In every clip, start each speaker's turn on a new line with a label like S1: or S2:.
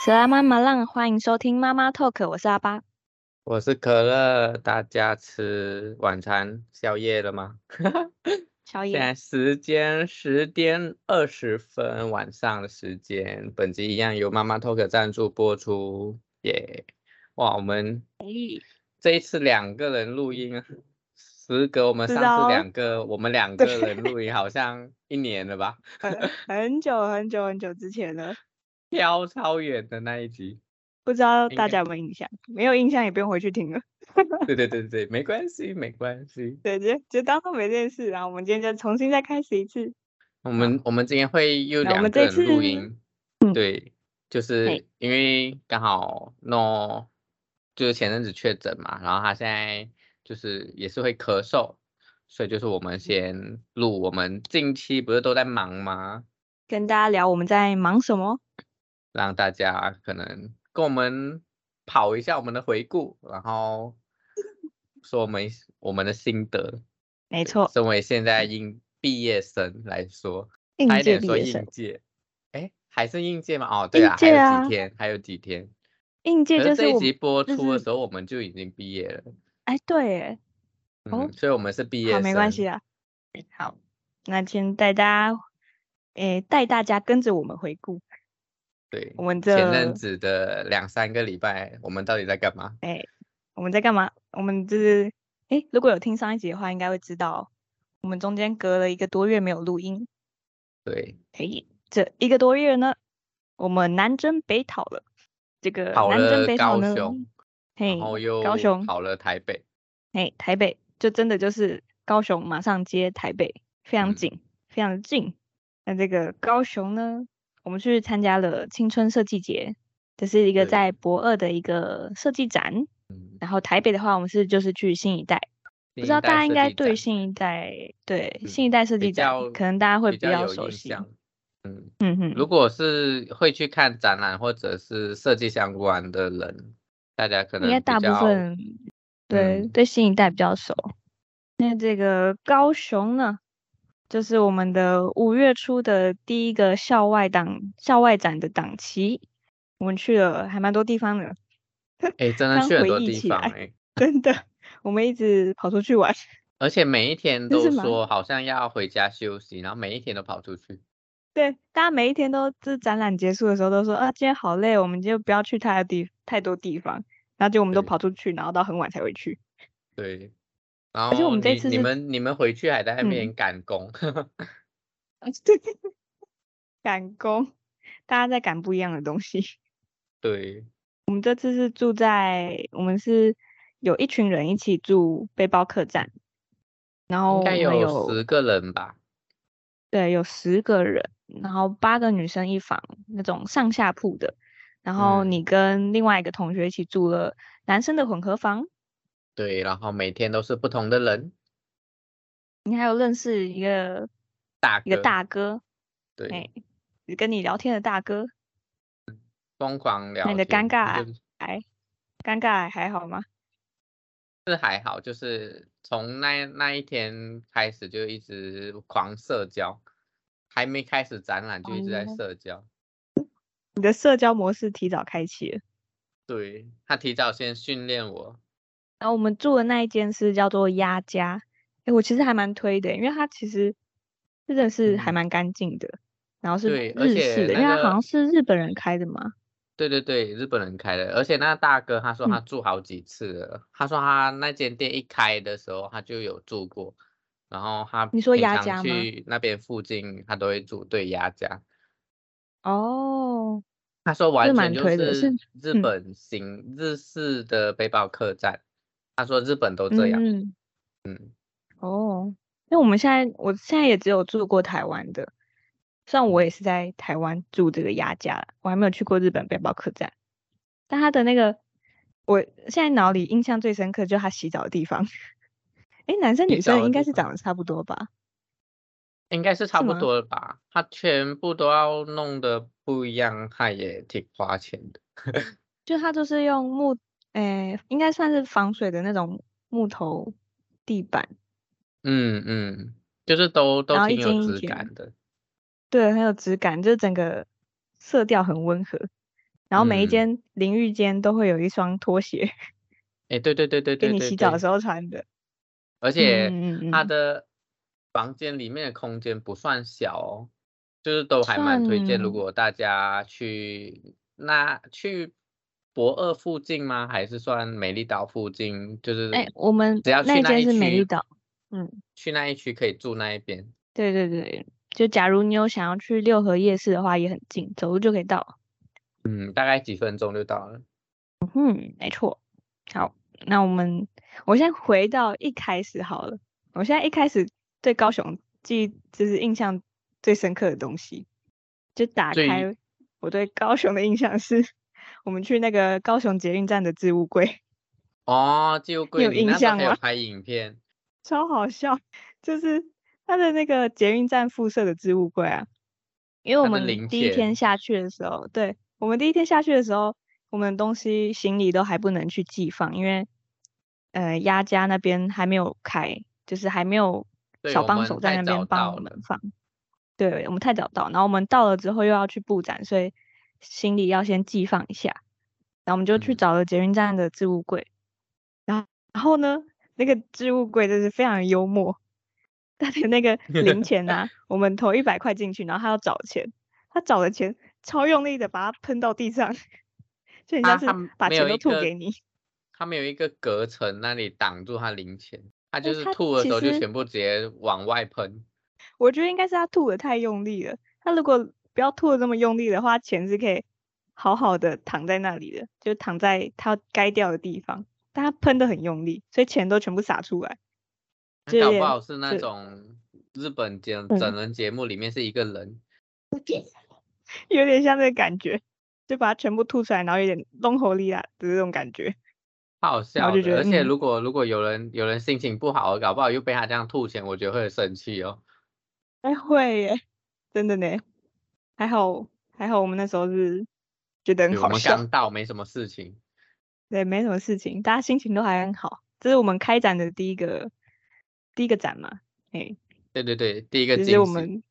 S1: 谁来妈妈浪？欢迎收听妈妈 Talk，我是阿巴。
S2: 我是可乐，大家吃晚餐、宵夜了吗？
S1: 乔
S2: 现
S1: 野，
S2: 在时间十点二十分，晚上的时间。本集一样由妈妈 Talk 赞助播出，耶、哇，我们这一次两个人录音，啊，时隔我们
S1: 知
S2: 上
S1: 道
S2: 次两个，我们两个
S1: 对
S2: 人录音好像一年了吧，
S1: 很很久很久很久之前了，
S2: 飘超远的那一集。
S1: 不知道
S2: 应
S1: 大
S2: 该
S1: 家有没有印象？没有印象也不用回去听了，
S2: 对对对对，没关系，没关系。
S1: 对，就就当做没这件事。然后我们今天就重新再开始一次。
S2: 我们我们今天会又
S1: 那我
S2: 两
S1: 们
S2: 个
S1: 这
S2: 人
S1: 次嗯
S2: 录音，对，就是
S1: 嘿
S2: 因为刚好 no 就是前阵子确诊嘛，然后他现在就是也是会咳嗽，所以就是我
S1: 嗯
S2: 们先录。我们近期不是都在忙吗？
S1: 跟大家聊我们在忙什么？
S2: 让大家可能跟我们跑一下我们的回顾，然后说我们我们的心得。
S1: 没
S2: 对
S1: 错，
S2: 身为现在
S1: 嗯
S2: 应毕业生来说，
S1: 应
S2: 差一
S1: 届
S2: 点
S1: 毕
S2: 说
S1: 业生
S2: 应，届，哎，还是应届吗？哦，对
S1: 应
S2: 啊，
S1: 届
S2: 还有
S1: 啊
S2: 几天，还有几天。
S1: 应
S2: 可
S1: 届就是
S2: 这一
S1: 我
S2: 集
S1: 们。嗯
S2: 播
S1: 就
S2: 出的
S1: 是
S2: 时候，我们就已经毕业了，
S1: 哎，对耶，哦
S2: 嗯，所以我们是毕业
S1: 好，
S2: 生。
S1: 没关系啊。
S2: 好，
S1: 那先带大家，诶，带大家跟着我们回顾
S2: 对
S1: 我，们这
S2: 前阵子的两三个礼拜，我们到底在干嘛？
S1: 我们在干嘛？我们就是，诶，如果有听上一集的话，应该会知道，我们中间隔了一个多月没有录音。
S2: 对，
S1: 诶，这一个多月呢，我们南征北讨了。这个
S2: 跑
S1: 南征
S2: 了
S1: 北讨
S2: 高
S1: 呢，
S2: 雄
S1: 嘿
S2: 然，后又
S1: 高雄，
S2: 跑了台北，
S1: 嘿，台北，就真的就是高雄马上接台北，非常
S2: 嗯
S1: 紧，非常的近。那这个高雄呢，我们去参加了青春设计节，这是一个
S2: 对
S1: 在博二的一个设计展。
S2: 嗯
S1: 然后台北的话，我们是就是去新一代。不
S2: 新
S1: 知道
S2: 一代
S1: 大家应
S2: 设
S1: 该
S2: 计
S1: 对
S2: 展
S1: 新一代，对
S2: 嗯
S1: 新一代设
S2: 比
S1: 计展
S2: 较，
S1: 可能大家会
S2: 比
S1: 比
S2: 较
S1: 较
S2: 有
S1: 熟
S2: 印
S1: 悉。
S2: 象。嗯，
S1: 嗯哼，
S2: 如果是会去看展览或者是设计相关的人，大家可能
S1: 应该
S2: 比
S1: 大部
S2: 较
S1: 分对、
S2: 嗯
S1: 对新一代比较熟。那这个高雄呢，就是我们的五月初的第一个校外档校外展的档期，我们去了还蛮多地方的，
S2: 哎、真的
S1: 让
S2: 去很
S1: 回
S2: 多
S1: 忆
S2: 地
S1: 起
S2: 方
S1: 来
S2: 哎、
S1: 真的， 我们一直跑出去玩。
S2: 而且每一天
S1: 真
S2: 都
S1: 是蛮
S2: 说好像要回家休息，然后每一天都跑出去。
S1: 对，大家每一天都，就是展览结束的时候都说啊，今天好累，我们就不要去太多地太多地方，然后就我们都
S2: 对
S1: 跑出去，然后到很晚才回去。
S2: 对，然后
S1: 而且我们这
S2: 你
S1: 次
S2: 你
S1: 是
S2: 们你们回去还在那
S1: 嗯
S2: 边赶工，
S1: 对，赶工，大家在赶不一样的东西。
S2: 对，
S1: 我们这次是住在，我们是有一群人一起住背包客栈，然后哦
S2: 应
S1: 我
S2: 该
S1: 们
S2: 有十个人吧。
S1: 对，有十个人，然后八个女生一房那种上下铺的，然后
S2: 嗯
S1: 你跟另外一个同学一起住了男生的混合房，
S2: 对，然后每天都是不同的人，
S1: 你还有认识一个
S2: 大
S1: 一个
S2: 哥
S1: 大哥，
S2: 对，
S1: 哎，跟你聊天的大哥，
S2: 疯狂聊
S1: 那
S2: 天。
S1: 你的尴尬啊
S2: 就
S1: 癌，尴尬癌还好吗？
S2: 是还好，就是从那那一天开始就一直狂社交，还没开始展览就一直在
S1: 哦
S2: 社交。
S1: 你的社交模式提早开启了。
S2: 对他提早先训练我，
S1: 然后我们住的那一间是叫做鸭家，诶，我其实还蛮推的，因为它其实真的是还
S2: 嗯
S1: 蛮干净的，然后是
S2: 对而
S1: 日式
S2: 且
S1: 的，因为
S2: 那
S1: 它好
S2: 个
S1: 像是日本人开的嘛。
S2: 对对对，日本人开的，而且那大哥他说他
S1: 嗯
S2: 住好几次了，他说他那间店一开的时候他就有住过，然后他
S1: 你说
S2: 平
S1: 鸭
S2: 常
S1: 家吗
S2: 去那边附近他都会住，对鸭家，
S1: 哦，
S2: 他说完
S1: 蛮
S2: 全就
S1: 推的是
S2: 是日
S1: 嗯
S2: 本型、日式的背包客栈，他说日本都这样，
S1: 嗯，
S2: 嗯
S1: 哦，因为我们现在我现在也只有住过台湾的，虽然我也是在台湾住这个鸭家，我还没有去过日本背包客栈，但它的那个我现在脑里印象最深刻就是它洗澡的地方。 诶，男生
S2: 洗
S1: 女
S2: 澡
S1: 生
S2: 的
S1: 应
S2: 地
S1: 该是
S2: 方
S1: 长得差不多吧？
S2: 应该是差
S1: 是
S2: 不
S1: 吗
S2: 多了吧？他全部都要弄得不一样，他也挺花钱的。
S1: 就它就是用木，诶、应该算是防水的那种木头地板，
S2: 嗯嗯，就是都都
S1: 然后一
S2: 挺有
S1: 间一
S2: 质
S1: 间
S2: 感的。
S1: 对，很有质感，就是整个色调很温和。然后每一
S2: 嗯
S1: 间淋浴间都会有一双拖鞋，
S2: 哎，对对对对对
S1: 给
S2: 对，
S1: 你洗澡的时
S2: 候，
S1: 候穿的。
S2: 而且
S1: 嗯嗯
S2: 它
S1: 嗯
S2: 的房间里面的空间不算小哦，就是都还蛮推荐，
S1: 算
S2: 如果大家去那去博二附近吗？还是算美丽岛附近？就是
S1: 哎我们
S2: 只要
S1: 那
S2: 去
S1: 一
S2: 那
S1: 间
S2: 一
S1: 是美
S2: 区
S1: 丽岛，嗯，
S2: 去那一区可以住那一边。
S1: 对对对，就假如你有想要去六合夜市的话，也很近，走路就可以到。
S2: 嗯，大概几分钟就到了。
S1: 嗯，没错。好，那我们我现在回到一开始好了。我现在一开始对高雄记忆就是印象最深刻的东西，就打
S2: 最
S1: 开我对高雄的印象是， 我们去那个高雄捷运站的置物柜，
S2: 哦，纪录柜
S1: 有
S2: 里
S1: 印
S2: 那时候
S1: 象
S2: 还有
S1: 吗
S2: 拍影片，
S1: 超好笑。就是它的那个捷运站附设的置物柜啊，因为我
S2: 它的
S1: 们
S2: 零
S1: 第一天
S2: 钱
S1: 下去的时候，对我们第一天下去的时候，我们东西行李都还不能去寄放，因为呃鸭家那边还没有开，就是还没有
S2: 对
S1: 小
S2: 我
S1: 帮
S2: 们
S1: 手
S2: 太
S1: 在那
S2: 早
S1: 边帮
S2: 到
S1: 我们
S2: 了
S1: 放。对我们太早到，然后我们到了之后又要去布展，所以行李要先寄放一下。然后我们就去
S2: 嗯
S1: 找了捷运站的置物柜，然后然后呢，那个置物柜真是非常幽默，他的那 个零钱啊，我们投一百块进去，然后他要找钱，他找的钱超用力的把它喷到地上， 就很
S2: 他
S1: 像
S2: 啊他
S1: 是把
S2: 没有
S1: 钱都
S2: 一
S1: 吐
S2: 个
S1: 给你。
S2: 他没有一个隔层那里挡住他零钱，他
S1: 但
S2: 就是
S1: 哎他
S2: 吐的
S1: 其
S2: 时候就
S1: 实
S2: 全部直接往外喷。
S1: 我觉得应该是他吐的太用力了，他如果不要吐的这么用力的话，钱是可以好好的躺在那里的，就躺在他该掉的地方，但他喷的很用力，所以钱都全部洒出来。
S2: 那
S1: 就有
S2: 搞
S1: 点
S2: 不好是那
S1: 就
S2: 种日本整
S1: 嗯
S2: 整人节目里面是一个人，
S1: 有点像这个感觉，就把它全部吐出来，然后有点弄喉里啊的这种感觉。
S2: 太好
S1: 然后
S2: 笑
S1: 就
S2: 的。
S1: 觉得
S2: 而且
S1: 嗯
S2: 如果如果有人有人心情不好，搞不好又被他这样吐钱，我觉得会很生气哦。
S1: 哎，会耶，真的呢。还好还好，我们那时候是觉得很
S2: 对我
S1: 好
S2: 们
S1: 笑，
S2: 刚到，没什么事情。
S1: 对，没什么事情，大家心情都还很好。这是我们开展的第一个第一个展嘛，哎，
S2: 对对对，第一个
S1: 这
S2: 惊
S1: 是我
S2: 喜。
S1: 们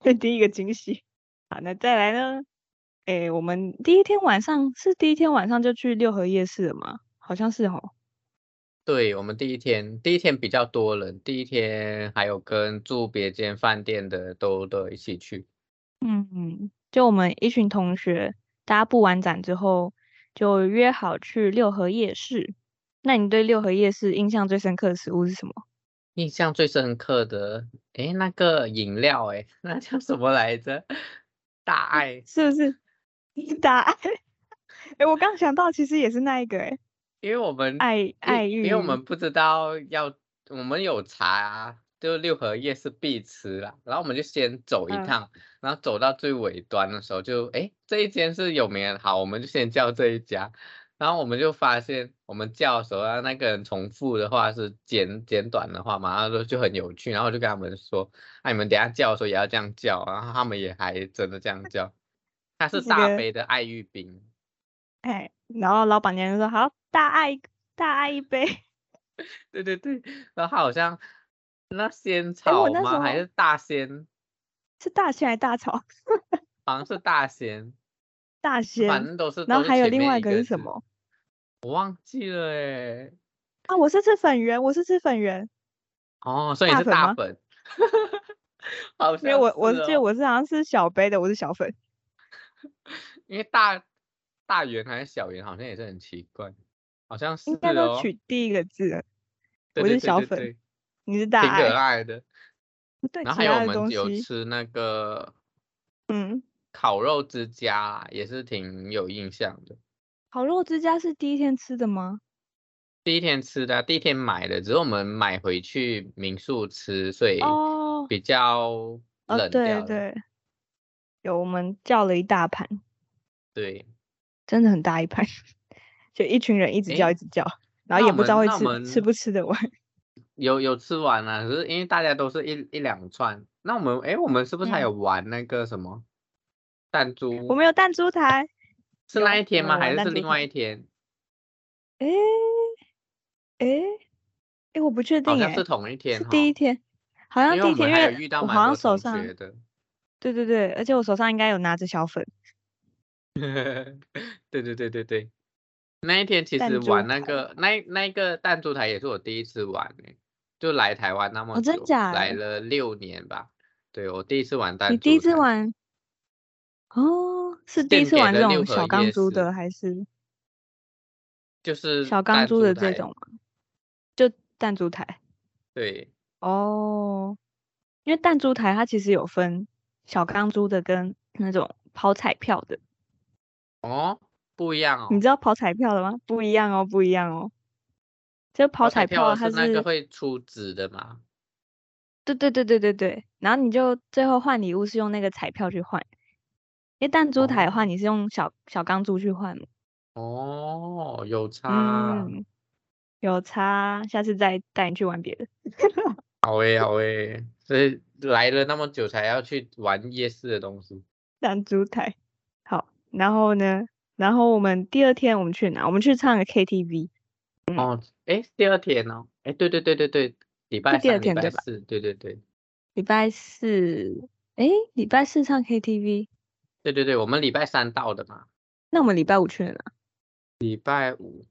S1: 这第一个惊喜。好，那再来呢？哎，我们第一天晚上是第一天晚上就去六合夜市了吗？好像是哦。
S2: 对，我们第一天，第一天比较多人，第一天还有跟住别间饭店的都都一起去。
S1: 嗯，就我们一群同学，大家布完展之后，就约好去六合夜市。那你对六合夜市印象最深刻的食物是什么？
S2: 印象最深刻的，诶，那个饮料，诶， 那叫什么来着？ 大爱，
S1: 是不是 答案？哎、我刚想到，其实也是那一个哎、
S2: 因为我们
S1: 爱爱
S2: 因
S1: 玉，
S2: 因为我们不知道要，我们有茶啊，就六合夜市必吃啦。然后我们就先走一
S1: 嗯
S2: 趟，然后走到最尾端的时候就，诶，这一间是有名的，好，我们就先叫这一家。然后我们就发现，我们叫的时候啊，那个人重复的话是简简短的话嘛，然后就就很有趣。然后我就跟他们说，哎、你们等一下叫的时候也要这样叫，然后他们也还真的这样叫。它
S1: 这
S2: 是
S1: 是
S2: 大
S1: 个
S2: 杯的爱玉冰。
S1: 哎，然后老板娘就说好，大爱大爱一杯。
S2: 对对对，然后好像那仙
S1: 我
S2: 草
S1: 那时
S2: 吗？还
S1: 候
S2: 是大仙？
S1: 是大仙还是大草？
S2: 好像是大仙，
S1: 大
S2: 反
S1: 仙。
S2: 正都是。
S1: 然
S2: 都
S1: 后
S2: 是
S1: 还有
S2: 前
S1: 另
S2: 面
S1: 外
S2: 一
S1: 个
S2: 个
S1: 是什
S2: 字？
S1: 么
S2: 我忘记了哎。
S1: 啊？我是吃粉圆，我是吃粉圆，
S2: 哦，所以你
S1: 大
S2: 是
S1: 粉
S2: 大
S1: 吗
S2: 粉， 好
S1: 因为
S2: 像
S1: 我我
S2: 是
S1: 记得
S2: 哦
S1: 我是好像是小杯的，我是小粉。
S2: 因为大大圆还是小圆，好像也是很奇怪，好像是
S1: 应该都
S2: 哦。
S1: 取第一个字了，
S2: 对
S1: 我
S2: 对
S1: 是
S2: 对
S1: 小
S2: 对
S1: 粉
S2: 对
S1: 你是大
S2: 挺可
S1: 爱，
S2: 爱的。
S1: 对
S2: 然后
S1: 其
S2: 还有
S1: 他
S2: 我
S1: 的
S2: 们
S1: 东
S2: 有
S1: 西，
S2: 吃那个
S1: 嗯，
S2: 烤肉之家，也是挺有印象的。
S1: 烤肉之家是第一天吃的吗？
S2: 第一天吃的啊、第一天买的，只是我们买回去民宿吃，所以
S1: 哦，
S2: 比较
S1: 哦，
S2: 冷
S1: 对
S2: 掉了。
S1: 对，有我们叫了一大盘，
S2: 对
S1: 真的很大一盘， 就一群人一直叫
S2: 诶
S1: 一直叫，然
S2: 那
S1: 后也
S2: 我
S1: 不知道
S2: 们
S1: 会
S2: 那我
S1: 吃吃
S2: 们
S1: 不吃得完。
S2: 有有吃完啊，可是因为大家都是一一两串，那我们哎，我们是不是还
S1: 嗯
S2: 有玩那个什么弹珠？
S1: 我们有弹珠台，
S2: 是
S1: 有
S2: 那一天
S1: 我
S2: 吗？
S1: 们
S2: 还
S1: 玩
S2: 是
S1: 弹
S2: 是
S1: 珠
S2: 另
S1: 台
S2: 外一天？
S1: 诶诶诶，我不确
S2: 好
S1: 定
S2: 像是
S1: 诶，
S2: 同一天
S1: 是
S2: 哈，
S1: 第一天，好像
S2: 因
S1: 第
S2: 为
S1: 一
S2: 我
S1: 天，
S2: 们
S1: 因
S2: 还有
S1: 为
S2: 遇到
S1: 我
S2: 蛮
S1: 好像
S2: 多
S1: 手
S2: 同
S1: 上，
S2: 学的。
S1: 对对对，而且我手上应该有拿着小粉，
S2: 对对对对对，那一天其
S1: 弹
S2: 实
S1: 珠
S2: 玩那
S1: 台
S2: 个那一那一个弹珠台也是我第一次玩诶、就来台湾那么久，
S1: 哦真假
S2: 来
S1: 的
S2: 了六年吧。对我第一次玩弹珠台，
S1: 你第一次玩？哦，是第一
S2: 献
S1: 次
S2: 给
S1: 玩
S2: 了
S1: 这
S2: 六
S1: 种
S2: 合
S1: 小钢
S2: 夜
S1: 珠的，
S2: 市
S1: 还是
S2: 就是
S1: 小钢
S2: 弹
S1: 珠的
S2: 台
S1: 这种吗？就弹珠台
S2: 对
S1: 哦，因为弹珠台它其实有分小钢珠的跟那种跑彩票的，
S2: 哦，不一样哦。
S1: 你知道跑彩票的吗？不一样哦，不一样哦。就跑彩
S2: 彩
S1: 票它
S2: 是
S1: 是
S2: 那个会出纸的嘛？
S1: 对对对对对对，然后你就最后换礼物是用那个彩票去换，因为弹珠台的话你是用小小钢珠去换嘛。
S2: 哦，有差，
S1: 嗯，有差，下次再带你去玩别的。
S2: 好诶、好诶、所以来了那么久才要去玩夜市的东西。
S1: 弹珠台，好，然后呢，然后我们第二天我们去哪？我们去唱个 KTV，
S2: 哦，诶，第二天哦，诶，对对对对对，礼拜
S1: 第二
S2: 三、礼
S1: 天对
S2: 拜
S1: 吧
S2: 四，对对对
S1: 礼拜四，诶，礼拜四唱 KTV，
S2: 对对对，我们礼拜三到的嘛。
S1: 那我们礼拜五去了哪？
S2: 礼拜五，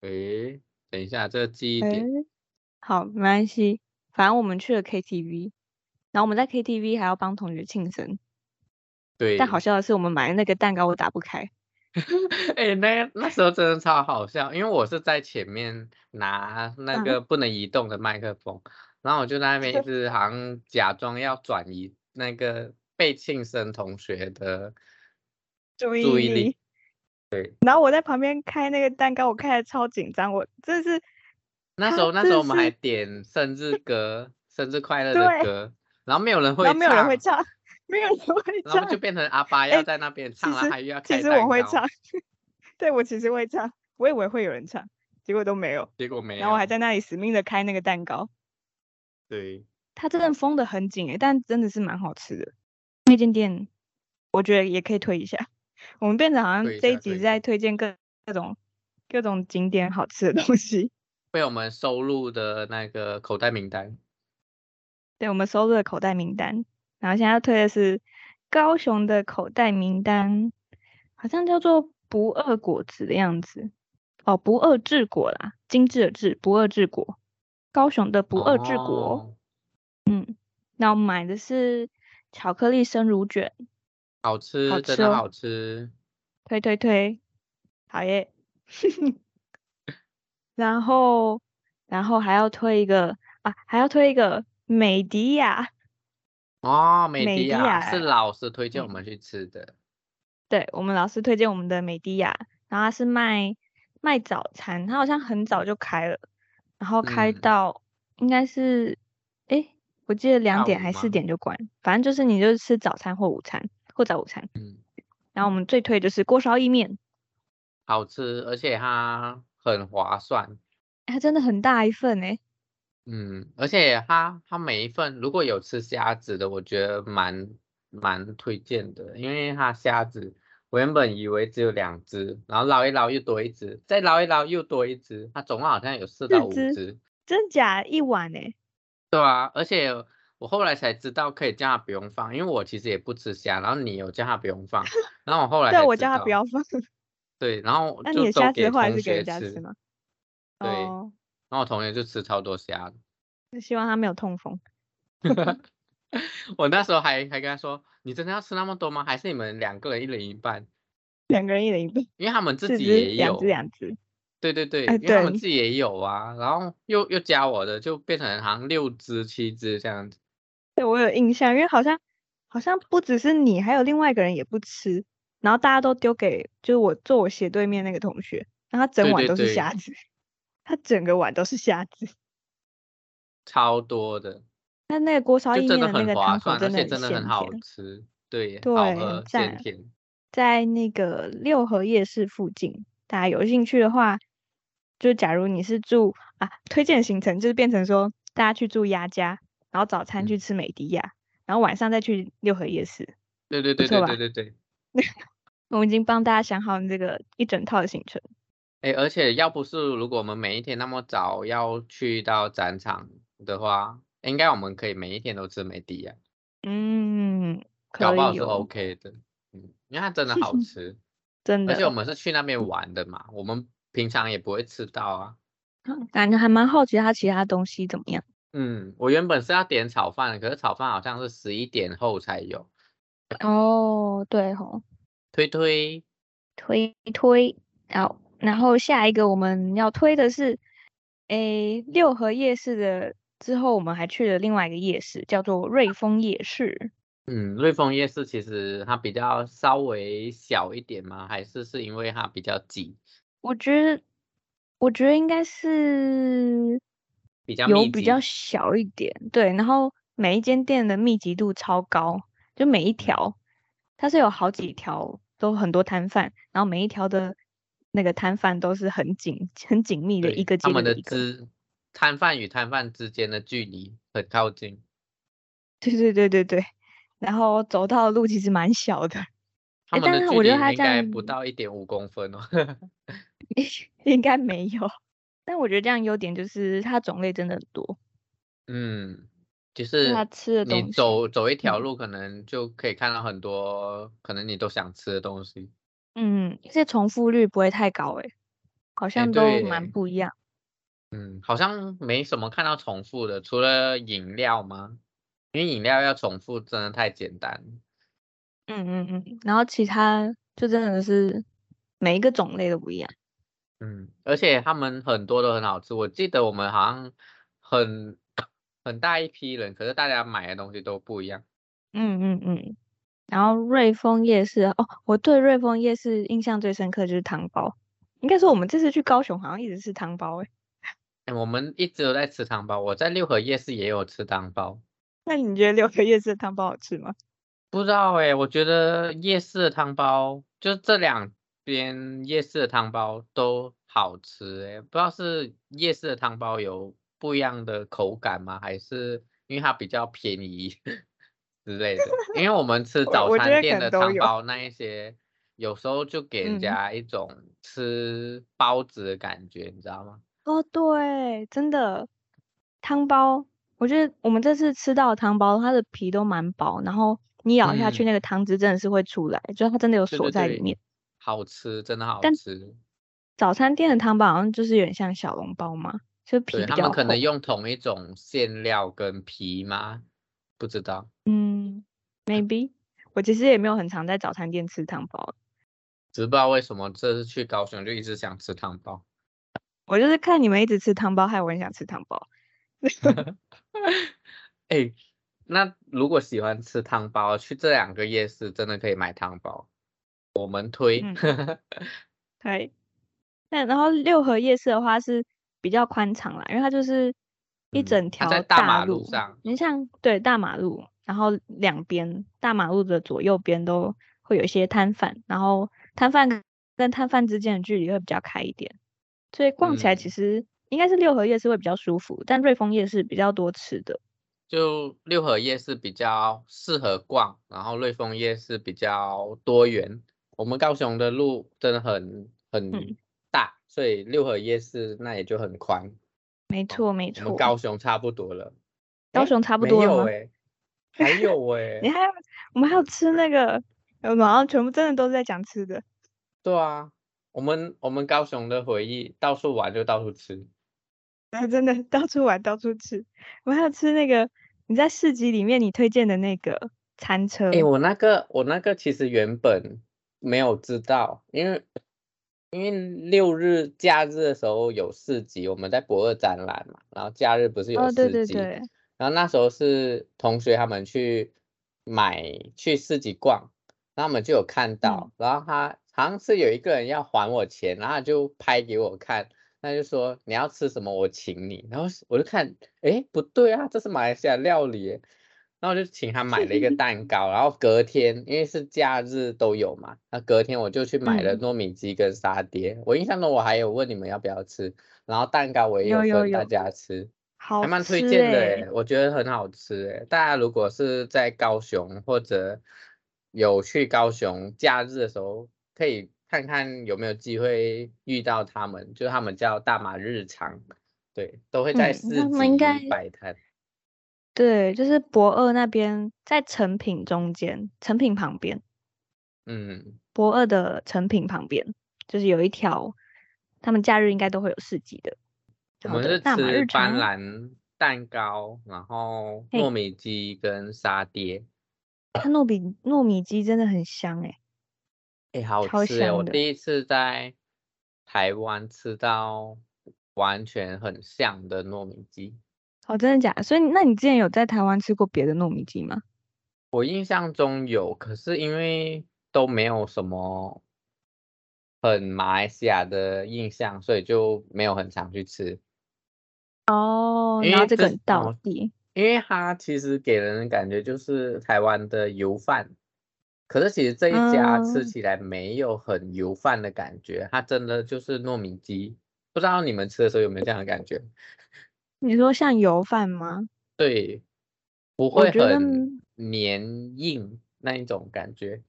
S2: 诶，等一下，这个记忆
S1: 诶，
S2: 点，
S1: 好，没关系，反正我们去了 KTV，然后我们在 KTV 还要帮同学庆生，
S2: 对，
S1: 但好笑的是我们买的那个蛋糕我打不开，
S2: 哎、那那时候真的超好笑，因为我是在前面拿那
S1: 嗯
S2: 个不能移动的麦克风，然后我就在那 边一直好像假装要转移那个被庆生同学的
S1: 注
S2: 注意力，
S1: 然后我在旁边开那个蛋糕，我开的超紧张，我真的是
S2: 那时
S1: 他
S2: 候那
S1: 真
S2: 时
S1: 的
S2: 候我们还
S1: 是
S2: 点生日歌，生日快乐
S1: 对
S2: 的歌，然后没有人会
S1: 然后
S2: 唱，
S1: 没有人会唱，没有人会
S2: 然后
S1: 唱
S2: 就。变成阿巴
S1: 哎
S2: 要在那边唱，然后
S1: 实
S2: 还又要
S1: 其
S2: 开
S1: 实我
S2: 蛋
S1: 会
S2: 糕
S1: 唱，对我其实会唱，我以为会有人唱，结果都没有。
S2: 结果没有，
S1: 然后我还在那里死命的开那个蛋糕，
S2: 对，
S1: 它真的封的很紧诶、欸但真的是蛮好吃的。那间店我觉得也可以推一下。我们变成好像
S2: 推一
S1: 这一集是
S2: 下推一
S1: 在
S2: 下
S1: 推荐各各种各种景点好吃的东西。
S2: 被我们收入的那个口袋名单。
S1: 对，我们收录的口袋名单，然后现在要推的是高雄的口袋名单，好像叫做不二果子的样子。哦，不二治国啦，精致的治，不二治国。高雄的不二治国，
S2: 哦
S1: 那我买的是巧克力生乳卷，
S2: 好吃，
S1: 好
S2: 真
S1: 吃
S2: 的
S1: 哦
S2: 好吃。
S1: 推推推，好耶！ 然后，然后还要推一个啊，还要推一个美迪亚，
S2: 哦，美
S1: 美
S2: 迪
S1: 迪
S2: 亚是
S1: 亚
S2: 老师推荐我
S1: 嗯
S2: 们去吃的，
S1: 对我们老师推荐我们的美迪亚，然后它是卖卖早餐，它好像很早就开了，然后开
S2: 嗯
S1: 到、应该是，诶，我记得两
S2: 下
S1: 点
S2: 午
S1: 还四
S2: 吗
S1: 点就关，反正就是你就是吃早餐或午餐或早午餐。
S2: 嗯，
S1: 然后我们最推就是锅烧意面，
S2: 好吃，而且它很划算。
S1: 它真的很大一份诶，
S2: 嗯，而且它它每一份如果有吃虾子的，我觉得蛮蛮推荐的，因为它虾子我原本以为只有两只，然后捞一捞又多一只，再捞一捞又多一只，它总共好像有四到
S1: 四
S2: 五
S1: 只
S2: 只，
S1: 真假一碗诶，
S2: 对啊，而且我后来才知道可以叫它不用放，因为我其实也不吃虾，然后你有叫它不用放，然后我后来
S1: 对
S2: 才
S1: 我
S2: 知
S1: 叫他不
S2: 道
S1: 要放，
S2: 对，然后
S1: 那
S2: 就
S1: 你的
S2: 都
S1: 虾
S2: 给
S1: 子后来
S2: 同
S1: 是给
S2: 学
S1: 人家吃
S2: 吃
S1: 吗？
S2: 对
S1: 哦，
S2: 然后我同学就吃超多虾的。
S1: 就希望他没有痛风。
S2: 我那时候还还跟他说：“你真的要吃那么多吗？还是你们两个人一人一半？
S1: 两个人一人一半，
S2: 因为他们自
S1: 四
S2: 己
S1: 只，
S2: 也
S1: 两
S2: 有
S1: 只，两只，
S2: 对对对，
S1: 哎
S2: 因为他们
S1: 对
S2: 自己也有啊。然后又又加我的，就变成好像六只七只这样子。
S1: 对，我有印象，因为好像好像不只是你，还有另外一个人也不吃，然后大家都丢给就是我坐我斜对面那个同学，然后他整
S2: 对
S1: 碗
S2: 对
S1: 都是
S2: 对
S1: 虾子，他整个碗都是虾子。
S2: 超多的，
S1: 但那个锅烧
S2: 就
S1: 意
S2: 真
S1: 面的
S2: 的
S1: 那
S2: 很
S1: 个
S2: 划
S1: 汤头
S2: 算，而
S1: 真的
S2: 且
S1: 很
S2: 真的很
S1: 鲜
S2: 好
S1: 甜，
S2: 吃，对，
S1: 对，
S2: 好
S1: 很
S2: 喝鲜
S1: 赞
S2: 甜。
S1: 在那个六合夜市附近，大家有兴趣的话，就假如你是住啊，推荐行程就是变成说大家去住鸭家，然后早餐去
S2: 嗯
S1: 吃美迪亚，然后晚上再去六合夜市。
S2: 对对对
S1: 错
S2: 对
S1: 吧
S2: 对对对。
S1: 我们已经帮大家想好这个一整套的行程。
S2: 哎，而且要不是如果我们每一天那么早要去到展场的话，应该我们可以每一天都吃美的呀，
S1: 嗯，
S2: 搞
S1: 可
S2: 不好
S1: 以
S2: 是
S1: 哦。
S2: OK 的。嗯，因为它真的好吃。
S1: 真的哦
S2: 而且。我们是去那边玩的嘛，我们平常也不会吃到啊。
S1: 感觉还蛮好奇它其他东西怎么样。
S2: 嗯，我原本是要点炒饭的，可是炒饭好像是十一点后才有。
S1: 哦，对吼、
S2: 推推，
S1: 推推，好，然后下一个我们要推的是，诶，六合夜市的之后，我们还去了另外一个夜市，叫做瑞丰夜市。
S2: 嗯，瑞丰夜市其实它比较稍微小一点吗？还是是因为它比较挤，
S1: 我觉得，我觉得应该是
S2: 比较
S1: 有
S2: 密
S1: 比
S2: 集
S1: 较小一点，对，然后每一间店的密集度超高，就每一
S2: 嗯
S1: 条，它是有好几条，都很多摊贩，然后每一条的那个摊贩都是很紧、很紧密的
S2: 对
S1: 一个
S2: 他
S1: 接
S2: 们
S1: 着
S2: 的
S1: 一个。
S2: 之摊贩与摊贩之间的距离很靠近。
S1: 对对对对对，然后走到的路其实蛮小的，
S2: 他
S1: 诶
S2: 们
S1: 但
S2: 的
S1: 是
S2: 距
S1: 我
S2: 离
S1: 觉得它
S2: 应该
S1: 占
S2: 不到一点五公分哦。
S1: 应该没有。但我觉得这样优点就是它种类真的很多，
S2: 嗯，就
S1: 就是它吃的啊东
S2: 你
S1: 西。
S2: 走走一条
S1: 嗯
S2: 路，可能就可以看到很多可能你都想吃的东西。
S1: 嗯，而且重复率不会太高诶、好像都蛮
S2: 哎对
S1: 不一样。
S2: 嗯，好像没什么看到重复的，除了饮料吗？因为饮料要重复真的太简单。
S1: 嗯嗯嗯，然后其他就真的是每一个种类都不一样。
S2: 嗯，而且他们很多都很好吃。我记得我们好像很很大一批人，可是大家买的东西都不一样。
S1: 嗯嗯嗯，然后瑞丰夜市哦，我对瑞丰夜市印象最深刻就是汤包。应该说我们这次去高雄好像一直吃汤包欸诶、
S2: 哎我们一直都在吃汤包，我在六合夜市也有吃汤包。
S1: 那你觉得六个夜市的汤包好吃吗？
S2: 不知道哎、我觉得夜市的汤包，就这两边夜市的汤包都好吃哎、不知道是夜市的汤包有不一样的口感吗？还是因为它比较便宜 之类的？因为我们吃
S1: 我
S2: 早
S1: 我觉
S2: 餐
S1: 得
S2: 店
S1: 可
S2: 的
S1: 能都
S2: 汤
S1: 有
S2: 包那一些，有时候就给人
S1: 嗯
S2: 家一种吃包子的感觉，你知道吗？
S1: 哦，对，真的，汤包，我觉得我们这次吃到的汤包，它的皮都蛮薄，然后你咬下去，
S2: 嗯
S1: 那个汤汁真的是会出来，就是它真的有
S2: 对
S1: 锁
S2: 对
S1: 在里
S2: 对，
S1: 面。
S2: 好吃，真的好
S1: 但
S2: 吃。
S1: 早餐店的汤包好像就是有点像小笼包嘛，就皮
S2: 对，
S1: 比
S2: 他们
S1: 较
S2: 可能
S1: 厚。
S2: 用同一种馅料跟皮吗？不知道。
S1: 嗯，maybe，我其实也没有很常在早餐店吃汤包，
S2: 只是不知道为什么这次去高雄就一直想吃汤包。
S1: 我就是看你们一直吃汤包，害我很想吃汤包。
S2: 哎、那如果喜欢吃汤包，去这两个夜市真的可以买汤包。我们推，
S1: 嗯对，那然后六合夜市的话是比较宽敞啦，因为它就是一
S2: 嗯
S1: 整
S2: 它在
S1: 条
S2: 大马路
S1: 路，
S2: 上
S1: 你像对大马路，然后两边大马路的左右边都会有一些摊贩，然后摊贩跟跟摊贩之间的距离会比较开一点，所以逛起来其
S2: 嗯
S1: 实应该是六合夜市会比较舒服，但瑞丰夜市比较多吃的。
S2: 就六合夜市比较适合逛，然后瑞丰夜市比较多元。我们高雄的路真的很很
S1: 嗯
S2: 大，所以六合夜市那也就很宽。
S1: 没错，没
S2: 我们
S1: 错，
S2: 高雄差不多了，
S1: 高
S2: 诶
S1: 雄差不
S2: 没
S1: 多了
S2: 有
S1: 吗
S2: 哎、还有 哎、
S1: 你还有我们还有吃那个，我们好像全部真的都是在讲吃的。
S2: 对啊，我们我们高雄的回忆，到处玩就到处吃。
S1: 啊，真的到处玩，到处吃。我还有吃那个你在市集里面你推荐的那个餐车，
S2: 哎，我那个我那个其实原本没有知道，因为因为六日假日的时候有市集，我们在博二展览嘛，然后假日不是有
S1: 哦，对
S2: 市
S1: 对
S2: 集，
S1: 对，
S2: 然后那时候是同学他们去买去市集逛，然后他们就有看
S1: 嗯
S2: 到，然后他好像是有一个人要还我钱，然后他就拍给我看，那就说你要吃什么我请你，然后是我就看，哎，不对啊，这是马来西亚料理耶，然后我就请他买了一 个蛋糕，然后隔天因为是假日都有嘛，那隔天我就去买了
S1: 嗯
S2: 糯米鸡跟沙爹，我印象中我还有问你们要不要吃，然后蛋糕我也
S1: 有有
S2: 分大
S1: 有
S2: 家吃。
S1: 好
S2: 还蛮推
S1: 吃欸
S2: 荐的
S1: 诶、
S2: 诶，我觉得很好吃诶。大家如果是在高雄或者有去高雄假日的时候，可以看看有没有机会遇到他们，就他们叫大马日常，对，都会在
S1: 嗯，他
S2: 市
S1: 们应该
S2: 集摆摊。
S1: 对，就是博二那边在成品中间，成品旁边，
S2: 嗯，
S1: 博二的成品旁边，就是有一条，他们假日应该都会有市集的。
S2: 我
S1: 好
S2: 们
S1: 的
S2: 是
S1: 大马
S2: 吃
S1: 日
S2: 斑
S1: 常啊哎
S2: 斓蛋糕，然后
S1: 嘿
S2: 糯米鸡跟沙爹。
S1: 它糯米糯米鸡真的很香哎、
S2: 哎、好
S1: 超
S2: 吃哎、我
S1: 香的
S2: 第一次在台湾吃到完全很像的糯米鸡。
S1: 哦，真的假的？所以那你之前有在台湾吃过别的糯米鸡吗？
S2: 我印象中有，可是因为都没有什么很马来西亚的印象，所以就没有很常去吃。
S1: 哦，
S2: 因
S1: 然后
S2: 为
S1: 这个
S2: 这
S1: 很道
S2: 哦
S1: 地，
S2: 因为它其实给人的感觉就是台湾的油饭，可是其实这一家吃
S1: 嗯
S2: 起来没有很油饭的感觉，它真的就是糯米鸡。不知道你们吃的时候有没有这样的感觉？
S1: 你说像油饭吗？
S2: 对，不
S1: 我
S2: 会
S1: 觉得
S2: 很黏硬那一种感觉，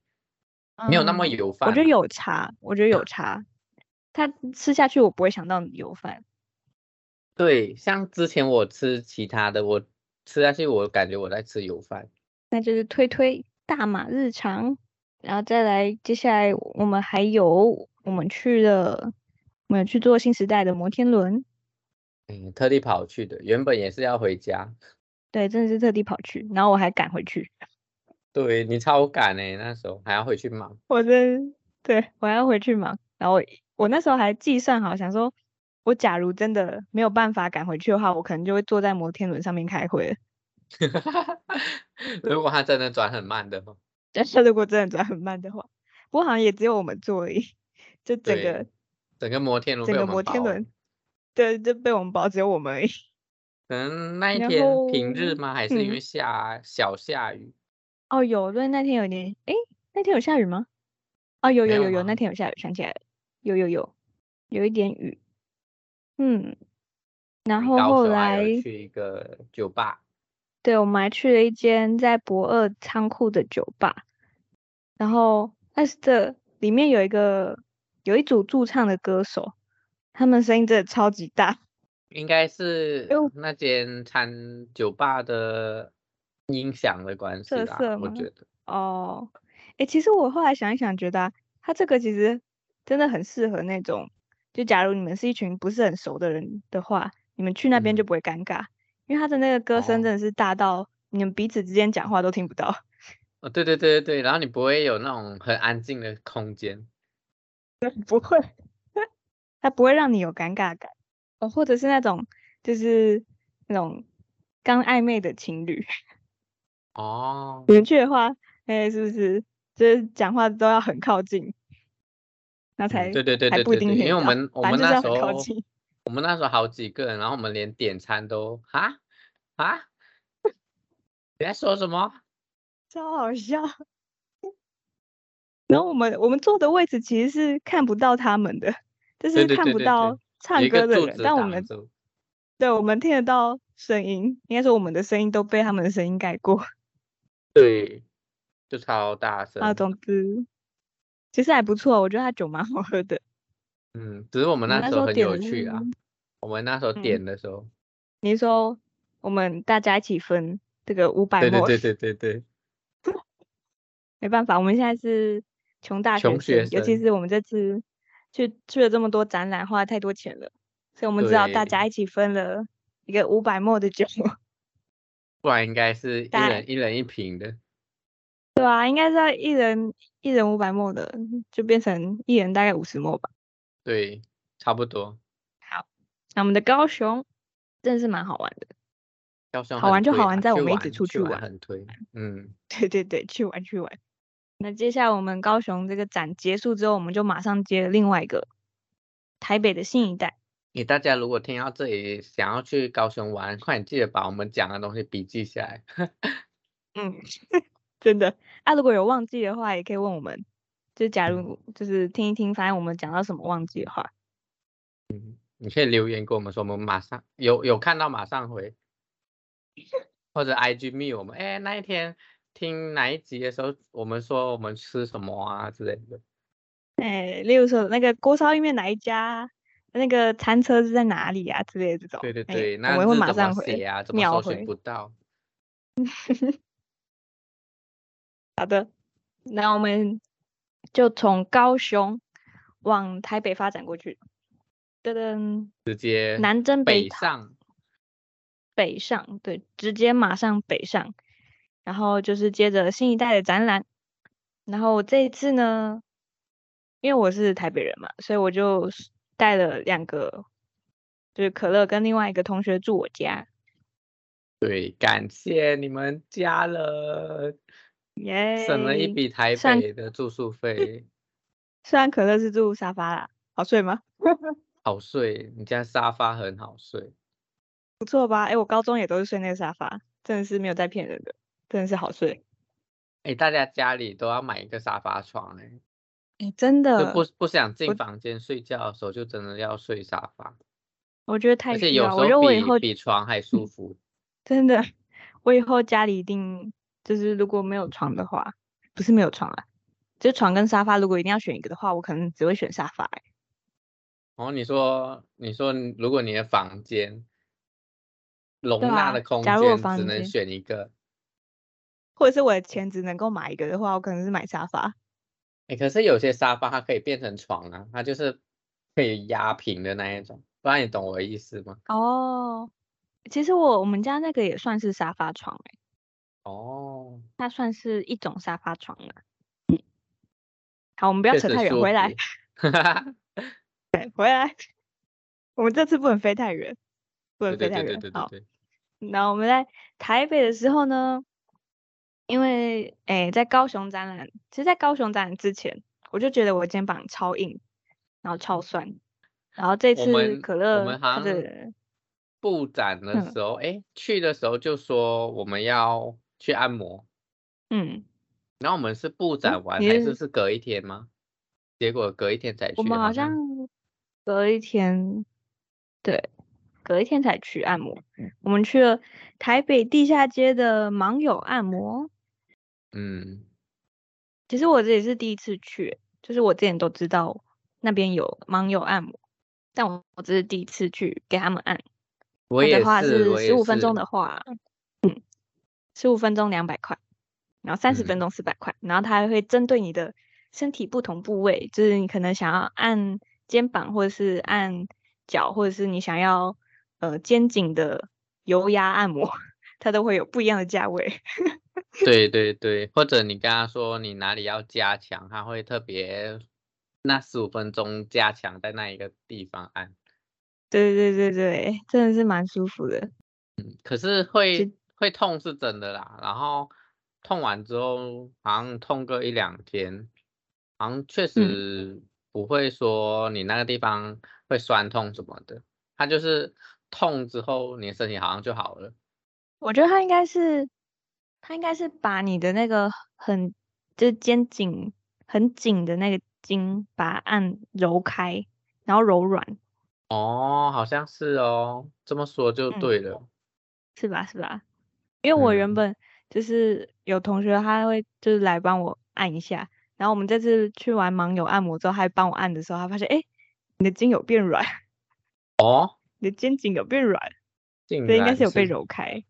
S2: 没有那么
S1: 嗯
S2: 油饭
S1: 我
S2: 啊。
S1: 觉得有差，我觉得有差。它吃下去我不会想到油饭，
S2: 对，像之前我吃其他的，我吃下去我感觉我在吃油饭。
S1: 那就是推推大马日常，然后再来接下来我们还有我们去了，我们有去做新时代的摩天轮，
S2: 嗯，特地跑去的，原本也是要回家。
S1: 对，真的是特地跑去，然后我还赶回去，
S2: 对你超赶哎、那时候还要回去忙。
S1: 我真对我还要回去忙，然后我我那时候还计算好，想说我假如真的没有办法赶回去的话，我可能就会坐在摩天轮上面开会了。
S2: 如果他真的转很慢的话，
S1: 但是如果真的转很慢的话，不过好像也只有我们坐而已，就整
S2: 对
S1: 个
S2: 整个摩天轮
S1: 整
S2: 被
S1: 个
S2: 我们
S1: 摩天
S2: 包了
S1: 轮，对，就被我们包，只有我们而已。
S2: 可能那一
S1: 然
S2: 天平日
S1: 后
S2: 吗？还是因为
S1: 嗯
S2: 下小下雨？
S1: 哦，有，对，那天有点，诶，那天有下雨吗？哦，有
S2: 没
S1: 有
S2: 有
S1: 有有，
S2: 吗
S1: 那天有下雨，想起来了，有有有，有一点雨，嗯，然后
S2: 高
S1: 后
S2: 手还
S1: 来，
S2: 有去一个酒吧，
S1: 对，我们还去了一间在博二仓库的酒吧，然后但是这里面有一个有一组驻唱的歌手，他们声音真的超级大，
S2: 应该是
S1: 哎我
S2: 那间餐酒吧的音响的关系
S1: 特
S2: 啦
S1: 色，
S2: 我
S1: 吗
S2: 觉得。
S1: 哦，诶，其实我后来想一想，觉得啊他这个其实真的很适合那种，就假如你们是一群不是很熟的人的话，你们去那边就
S2: 嗯
S1: 不会尴尬，因为他的那个歌声
S2: 哦
S1: 真的是大到你们彼此之间讲话都听不到。
S2: 哦，对对对对对，然后你不会有那种很安静的空间。
S1: 不会，它不会让你有尴尬感，哦，或者是那种就是那种刚暧昧的情侣，
S2: 哦
S1: 你，们去的话，哎、是不是就是讲话都要很靠近，那才、
S2: 嗯对对对
S1: 还
S2: 对
S1: 不一
S2: 对
S1: 定
S2: 对，
S1: 听
S2: 因
S1: 得
S2: 为我
S1: 到
S2: 们我
S1: 反
S2: 们
S1: 正就是要
S2: 那时
S1: 很靠
S2: 候
S1: 近。
S2: 我们那时候好几个人，然后我们连点餐都啊啊，你在说什么？
S1: 超好笑。 然后我们我们坐的位置其实是看不到他们的，就
S2: 对
S1: 是
S2: 对
S1: 看
S2: 对
S1: 不
S2: 对对
S1: 到
S2: 有
S1: 唱
S2: 一个
S1: 歌的
S2: 柱
S1: 人，
S2: 子
S1: 但我
S2: 挡
S1: 们
S2: 住，
S1: 对我们听得到声音，应该说我们的声音都被他们的声音盖过。
S2: 对，就超大声。
S1: 啊，总之其实还不错，我觉得它酒蛮好喝的。
S2: 嗯，只是我
S1: 我们
S2: 们那
S1: 那
S2: 时
S1: 时
S2: 候
S1: 候
S2: 很
S1: 点
S2: 有
S1: 的
S2: 趣啊
S1: 是。
S2: 我们那时候
S1: 嗯
S2: 点的时候，
S1: 你说我们大家一起分这个五百
S2: 对对
S1: 墨，
S2: 对对对对，
S1: 没办法，我们现在是穷大
S2: 穷
S1: 生，
S2: 学
S1: 尤其
S2: 生
S1: 是我们这次去去了这么多展览，花了太多钱了，所以我们只好大家
S2: 对
S1: 一起分了一个五百墨的酒。
S2: 不然应该是一
S1: 大
S2: 人一人一瓶的。
S1: 对啊，应该是要一人一人五百墨的，就变成一人大概五十墨吧。
S2: 对，差不多。
S1: 好，那我们的高雄真的是蛮好玩的。
S2: 高雄
S1: 好
S2: 很
S1: 玩就
S2: 推
S1: 好
S2: 啦
S1: 玩在我
S2: 去
S1: 们一直
S2: 玩
S1: 出
S2: 去
S1: 去
S2: 玩
S1: 玩
S2: 很推。嗯，
S1: 对对对，去玩去玩。那接下来我们高雄这个展结束之后，我们就马上接了另外一个台北的新一代。
S2: 给大家如果听到这里想要去高雄玩，快点记得把我们讲的东西笔记下来。
S1: 嗯，真的啊，如果有忘记的话，也可以问我们。就
S2: 嗯
S1: 假如就是听一听，发现我们讲到什么忘记的话，
S2: 你可以留言给我们说，我们马上有有看到马上回，或者 IG 密我们，哎，那一天听哪一集的时候，我们说我们吃什么啊之类的。
S1: 哎，例如说那个锅烧意面哪一家啊，那个餐车是在哪里啊之类的这种，
S2: 对对
S1: 哎
S2: 对，
S1: 我
S2: 那
S1: 们会
S2: 字
S1: 马
S2: 怎么
S1: 上回
S2: 写。啊？怎么
S1: 秒
S2: 搜
S1: 回
S2: 寻不到？
S1: 那我们就从高雄往台北发展过去，噔噔，
S2: 直接
S1: 南征
S2: 北
S1: 讨
S2: 上，
S1: 北上，对，直接马上北上，然后就是接着新一代的展览，然后这一次呢，因为我是台北人嘛，所以我就是带了两个，就是可乐跟另外一个同学住我家，
S2: 对，感谢你们家人，
S1: 耶、
S2: 省了一。笔台
S1: 哎算
S2: 北的住宿费，
S1: 虽然可乐是住沙发啦，好睡吗？
S2: 好睡，你家沙发很好睡，
S1: 不错吧？哎、我高中也都是睡那个沙发，真的是没有在骗人的，真的是好睡。
S2: 哎，大家家里都要买一个沙发床哎，
S1: 哎、真
S2: 就
S1: 的，
S2: 不不想
S1: 我
S2: 进房间睡觉的时候，就真的要睡沙发，
S1: 我觉得太
S2: 而且
S1: 需
S2: 有
S1: 要。
S2: 时
S1: 我觉得
S2: 候
S1: 我以后嗯
S2: 比比床还舒服。
S1: 真的，我以后家里一定就是如果没有床的话，不是没有床啦，就床跟沙发，如果一定要选一个的话，我可能只会选沙发、欸。
S2: 然后哦你说，你说你如果你的房间容
S1: 对
S2: 纳
S1: 啊
S2: 的空
S1: 假如我
S2: 间
S1: 房
S2: 只能
S1: 间
S2: 选一个，
S1: 或者是我的钱只能够买一个的话，我可能是买沙发。
S2: 哎，可是有些沙发它可以变成床啊，它就是可以压平的那一种，不然你懂我的意思吗？
S1: 哦，其实我我们家那个也算是沙发床、欸，
S2: 哦，
S1: 它算是一种沙发床了。嗯，好，我们不要
S2: 确
S1: 扯
S2: 实
S1: 太远，
S2: 舒
S1: 回来。
S2: 服，
S1: 回来，我们这次不能飞太远，不能
S2: 对
S1: 飞
S2: 对
S1: 太
S2: 对
S1: 远。
S2: 对对对
S1: 好，
S2: 对，
S1: 那我们在台北的时候呢，因为诶在高雄展览，其实，在高雄展览之前，我就觉得我肩膀超硬，然后超酸，然后这
S2: 我
S1: 次
S2: 们
S1: 可
S2: 我
S1: 乐
S2: 们
S1: 它
S2: 好像
S1: 的
S2: 布展
S1: 嗯
S2: 的时候，哎，去的时候就说我们要去按摩，
S1: 嗯，
S2: 然后我们是
S1: 哦
S2: 布展完
S1: 你
S2: 还
S1: 是
S2: 是是隔一天吗？结果隔一天才去，
S1: 我们好像
S2: 像
S1: 隔一天，对，隔一天才去按摩，
S2: 嗯
S1: 我们去了台北地下街的盲友按摩。
S2: 嗯。
S1: 其实我这也是第一次去，就是我之前都知道那边有盲友按摩，但我我这是第一次去给他们按。
S2: 我
S1: 那
S2: 也
S1: 的话
S2: 是，我
S1: 十
S2: 也
S1: 五分钟
S2: 是
S1: 的话，嗯，十五分钟两百块，然后三十分
S2: 嗯
S1: 钟四百块，然后他还会针对你的身体不同部位，就是你可能想要按肩膀，或者是按脚，或者是你想要呃肩颈的油压按摩， 它都会有不一样的价位。
S2: 对对对，或者你跟他说你哪里要加强，他会特别那十五分钟加强在那一个地方按，
S1: 对对对对，真的是蛮舒服的。
S2: 可是会会痛是真的啦，然后痛完之后好像痛个一两天，好像
S1: 嗯
S2: 确实不会说你那个地方会酸痛什么的，它就是痛之后你的身体好像就好了，
S1: 我觉得他应该是，他应该是把你的那个很就是肩颈很紧的那个筋，把它按揉开，然后柔软，
S2: 哦，好像是哦，这么说就
S1: 嗯
S2: 对了，
S1: 是吧？是吧？因为我原
S2: 嗯
S1: 本就是有同学他会就是来帮我按一下，然后我们这次去玩盲友按摩之后，他帮我按的时候，他发现哎、诶你的筋有变软，
S2: 哦，
S1: 你的肩颈有变软，
S2: 竟
S1: 所以应该
S2: 然
S1: 是有被揉开。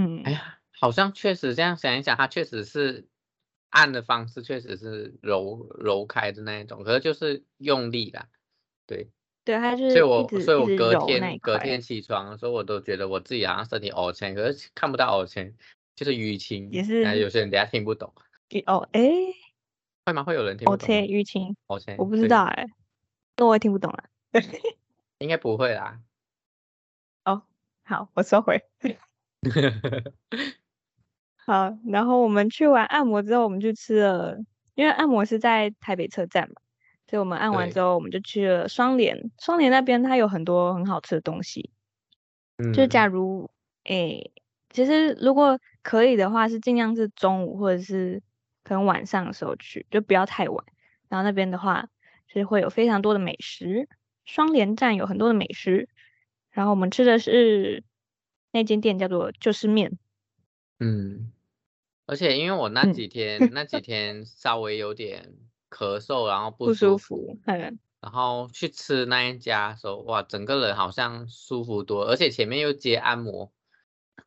S1: 嗯
S2: 哎，呀，好像确实这样想一想，它确实是按的方式，确实是揉揉开的那一种，可是就是用力啦。对，
S1: 对，他就是
S2: 所以
S1: 一
S2: 我
S1: 直
S2: 所以
S1: 一
S2: 我
S1: 直
S2: 隔
S1: 揉那一
S2: 天隔
S1: 块。
S2: 天起床的时候，我都觉得我自己好像身体凹陷，可是看不到凹陷，就是淤青。
S1: 也
S2: 哎
S1: 是
S2: 有些人等下听不懂，
S1: 哦，哎、
S2: 会吗？会有人听
S1: 我
S2: 不懂
S1: 切
S2: 吗？
S1: 淤青，
S2: 凹陷，
S1: 我不知
S2: 对
S1: 道，哎、那我也听不懂啊。
S2: 应该不会啦。
S1: 好，我收回。好，然后我们去完按摩之后，我们去吃了，因为按摩是在台北车站嘛，所以我们按完
S2: 对
S1: 之后，我们就去了双连。双连那边它有很多很好吃的东西，就
S2: 嗯，
S1: 假如诶、其实如果可以的话，是尽量是中午或者是可能晚上的时候去，就不要太晚。然后那边的话，就是会有非常多的美食，双连站有很多的美食。然后我们吃的是那间店叫做就是面，
S2: 嗯，而且因为我那
S1: 嗯
S2: 几天 那几天稍微有点咳嗽，然后不
S1: 不舒
S2: 服。
S1: 服，嗯，
S2: 然后去吃那一家的时候，哇，整个人好像舒服多了，而且前面又接按摩，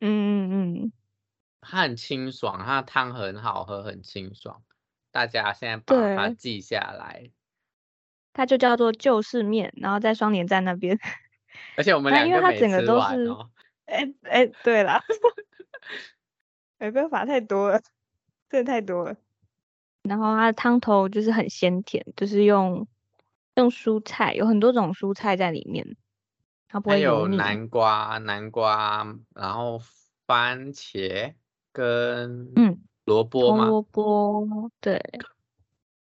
S1: 嗯嗯嗯，
S2: 它很清爽，它的汤很好喝，很清爽。大家现在把它
S1: 对
S2: 记下来。
S1: 它就叫做旧市面，然后在双连站那边。
S2: 而且我们
S1: 那
S2: 两
S1: 因为它
S2: 每
S1: 整个
S2: 次
S1: 都
S2: 玩
S1: 是
S2: 哦，
S1: 哎哎，对啦， 哎没办法，太多了，真的太多了。然后它的汤头就是很鲜甜，就是用用蔬菜，有很多种蔬菜在里面，它不
S2: 还
S1: 会
S2: 有
S1: 油腻。
S2: 南瓜、南瓜，然后番茄跟
S1: 嗯
S2: 萝卜
S1: 红
S2: 嘛，
S1: 萝卜，对，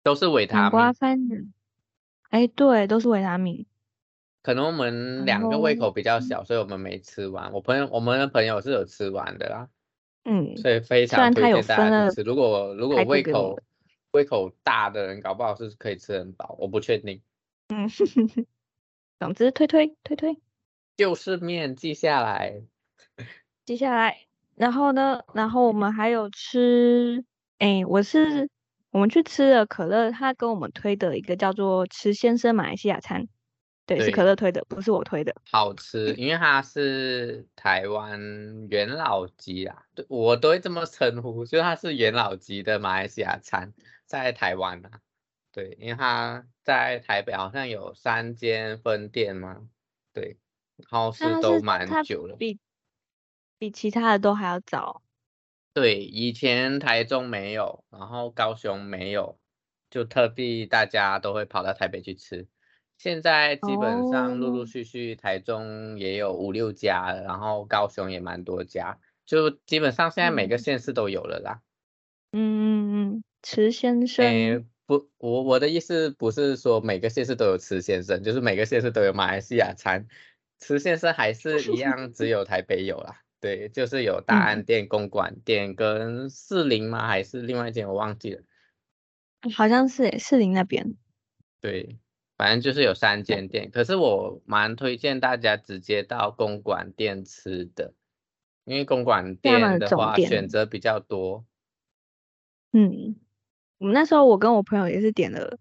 S2: 都是维他
S1: 南瓜、
S2: 命。
S1: 番茄，哎，对，都是维他命。
S2: 可能我们两个胃
S1: 哦
S2: 口比
S1: 嗯
S2: 较小，所以我们没吃完。我朋友，我们的朋友是有吃完的啦，
S1: 嗯，
S2: 所以非
S1: 然
S2: 常推
S1: 它有
S2: 荐大
S1: 分
S2: 家
S1: 了
S2: 去吃。如果如果
S1: 排骨
S2: 胃
S1: 给我
S2: 口胃口大的人，搞不好是可以吃很饱，我不确定。
S1: 总之推推推推。
S2: 就是面记下来，
S1: 接下来，然后呢，然后我们还有吃，哎，我是我们去吃了可乐，他跟我们推的一个叫做“吃先生马来西亚餐”，对，是可
S2: 对
S1: 乐推的，不是我推的。
S2: 好吃，因为它是台湾元老级啊，对我都会这么称呼，就是它是元老级的马来西亚餐，在台湾啊，对，因为它在台北好像有三间分店嘛，对，然后是
S1: 那它
S2: 都
S1: 是它
S2: 蛮久了，
S1: 比比其他的都还要早。
S2: 对，以前台中没有，然后高雄没有，就特地大家都会跑到台北去吃。现在基本上陆陆
S1: 哦
S2: 续续台中也有五六家了，然后高雄也蛮多家，就基本上现在每个
S1: 嗯
S2: 县市都有了啦。
S1: 嗯嗯嗯，池先生，
S2: 诶，不，我我的意思不是说每个县市都有吃先生，就是每个县市都有马来西亚餐，吃先生还是一样，只有台北有啦。对，就是有大
S1: 嗯
S2: 安店、公馆店跟士林吗？还是另外一间我忘记了。
S1: 好像是诶士林那边。
S2: 对，反正就是有三间店，可是我蛮推荐大家直接到公馆店吃的，因为公馆
S1: 对他们的
S2: 店的
S1: 总
S2: 话
S1: 店
S2: 选择比较多。
S1: 嗯，我们那时候我跟我朋友也是点了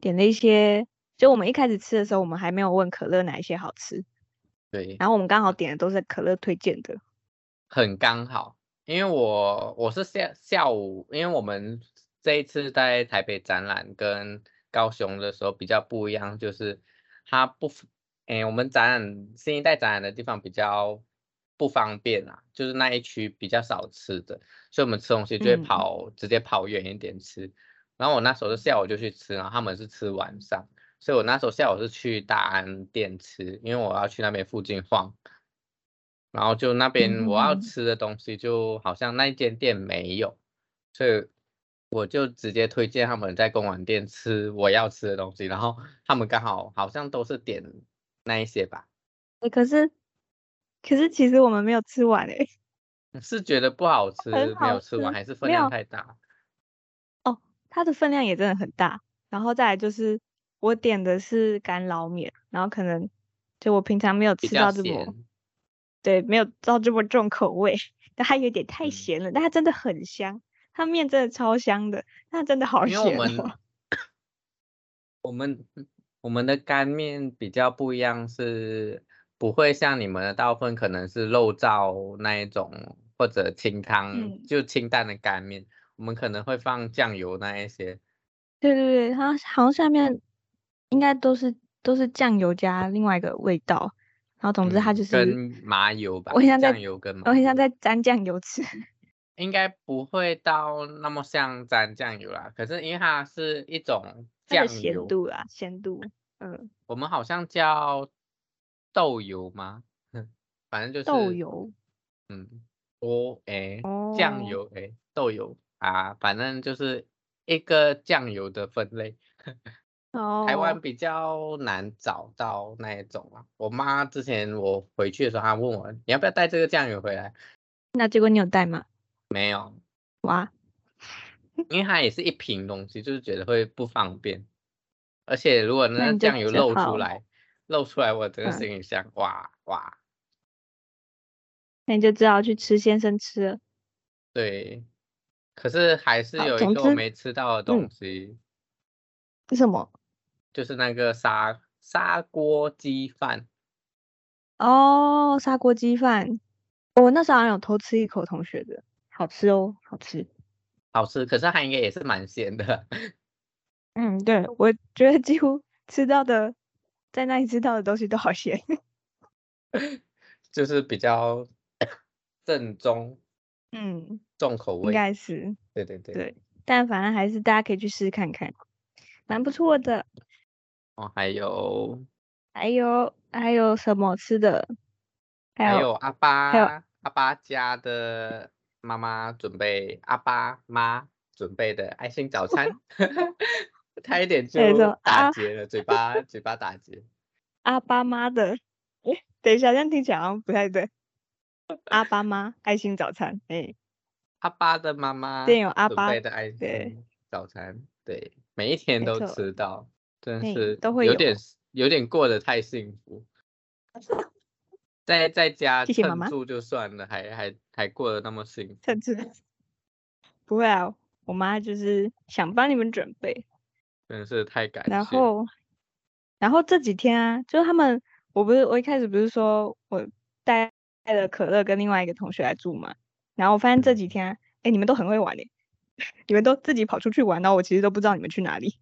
S1: 点了一些，就我们一开始吃的时候，我们还没有问可乐哪一些好吃。
S2: 对，
S1: 然后我们刚好点的都是可乐推荐的，
S2: 很刚好，因为我我是下下午，因为我们这一次在台北展览跟高雄的时候比较不一样，就是它不，哎，我们展览新一代展览的地方比较不方便啦，就是那一区比较少吃的，所以我们吃东西就会
S1: 嗯
S2: 跑、直接跑远一点吃。然后我那时候是下午就去吃，然后他们是吃晚上，所以我那时候下午是去大安店吃，因为我要去那边附近晃。然后就那边我要
S1: 嗯
S2: 吃的东西，就好像那一间店没有，所以我就直接推荐他们在公馆店吃我要吃的东西，然后他们刚好好像都是点那一些吧，
S1: 欸可是可是其实我们没有吃完欸诶、
S2: 是觉得不好吃，没
S1: 好
S2: 有吃完，
S1: 吃
S2: 还是分
S1: 没
S2: 量
S1: 有
S2: 太大？
S1: 它的分量也真的很大。然后再来就是我点的是干捞面，然后可能就我平常没有
S2: 比
S1: 吃
S2: 较
S1: 到这么
S2: 咸，
S1: 对，没有到这么重口味，但它有点太
S2: 嗯
S1: 咸了，但它真的很香，它面真的超香的，它真的好
S2: 因
S1: 咸、
S2: 为我们
S1: 哦。
S2: 我们我们的干面比较不一样是。不会像你们的大部分可能是肉燥那一种，或者清汤，
S1: 嗯
S2: 就清淡的干面，我们可能会放酱油那一些，
S1: 对对对，它好像下面应该都是都是酱油加另外一个味道，然后总之它
S2: 嗯
S1: 就是。
S2: 跟麻油吧，
S1: 我很像在
S2: 酱油跟麻
S1: 我很
S2: 油
S1: 像在沾酱油吃。
S2: 应该不会到那么像沾酱油啦，可是因为它是一种
S1: 它的
S2: 酱
S1: 咸
S2: 油，
S1: 度啦，咸度，嗯，
S2: 我们好像叫豆油吗？ 反正就是
S1: 豆，油，
S2: 嗯，我诶、酱
S1: 哦
S2: 油诶、豆油啊，反正就是一个酱油的分类。
S1: 哦，
S2: 台湾比较难找到那一种啊。我妈之前我回去的时候，她问我你要不要带这个酱油回来，
S1: 那结果你有带吗？
S2: 没有，
S1: 哇，
S2: 因为它也是一瓶东西，就是觉得会不方便。而且如果
S1: 那
S2: 那
S1: 你就
S2: 酱油
S1: 只
S2: 漏
S1: 好
S2: 出来，漏出来我整
S1: 嗯
S2: 个行李箱哇哇，
S1: 那你就只好去吃先生吃了。
S2: 对。可是还是
S1: 好
S2: 有一
S1: 总
S2: 个我
S1: 之
S2: 没吃到的
S1: 嗯
S2: 东西，
S1: 是什么？
S2: 就是那个砂砂锅鸡饭。
S1: 哦，砂锅鸡饭，我那时候好像有偷吃一口同学的，好吃哦，好吃。
S2: 好吃，可是它应该也是蛮咸的。
S1: 嗯，对，我觉得几乎 吃到的，在那里吃到的东西都好咸。
S2: 就是比较 正宗
S1: 嗯，
S2: 重口
S1: 应
S2: 味。
S1: 该是，
S2: 对对对。
S1: 对但反正还是大家可以去试试看看，蛮不错的。
S2: 哦，还有
S1: 还有还有什么吃的？还
S2: 还
S1: 有
S2: 有阿巴
S1: 还有
S2: 阿巴家的妈妈准备阿巴妈准备的爱心早餐， 差一点就
S1: 没错
S2: 打
S1: 啊
S2: 结了，嘴巴嘴巴打结。
S1: 阿巴妈的，诶，等一下，这样听起来好像不太对。阿巴妈爱心早餐，诶，
S2: 阿巴的妈妈
S1: 对有阿
S2: 准
S1: 巴
S2: 备的爱
S1: 对
S2: 心早餐，对，每一天
S1: 没
S2: 都
S1: 错
S2: 吃到，真
S1: 嘿
S2: 是
S1: 都会
S2: 有
S1: 有
S2: 点有点过得太幸福。在在家
S1: 谢谢妈
S2: 蹭
S1: 妈
S2: 住就算了，还还还过得那么幸福，
S1: 甚至不会啊，我妈就是想帮你们准备，
S2: 真是太感谢。
S1: 然后，然后这几天啊，就是他们，我不是我一开始不是说我带了可乐跟另外一个同学来住嘛，然后我发现
S2: 嗯
S1: 这几天、啊，哎，你们都很会玩诶， 你们都自己跑出去玩，然后我其实都不知道你们去哪里，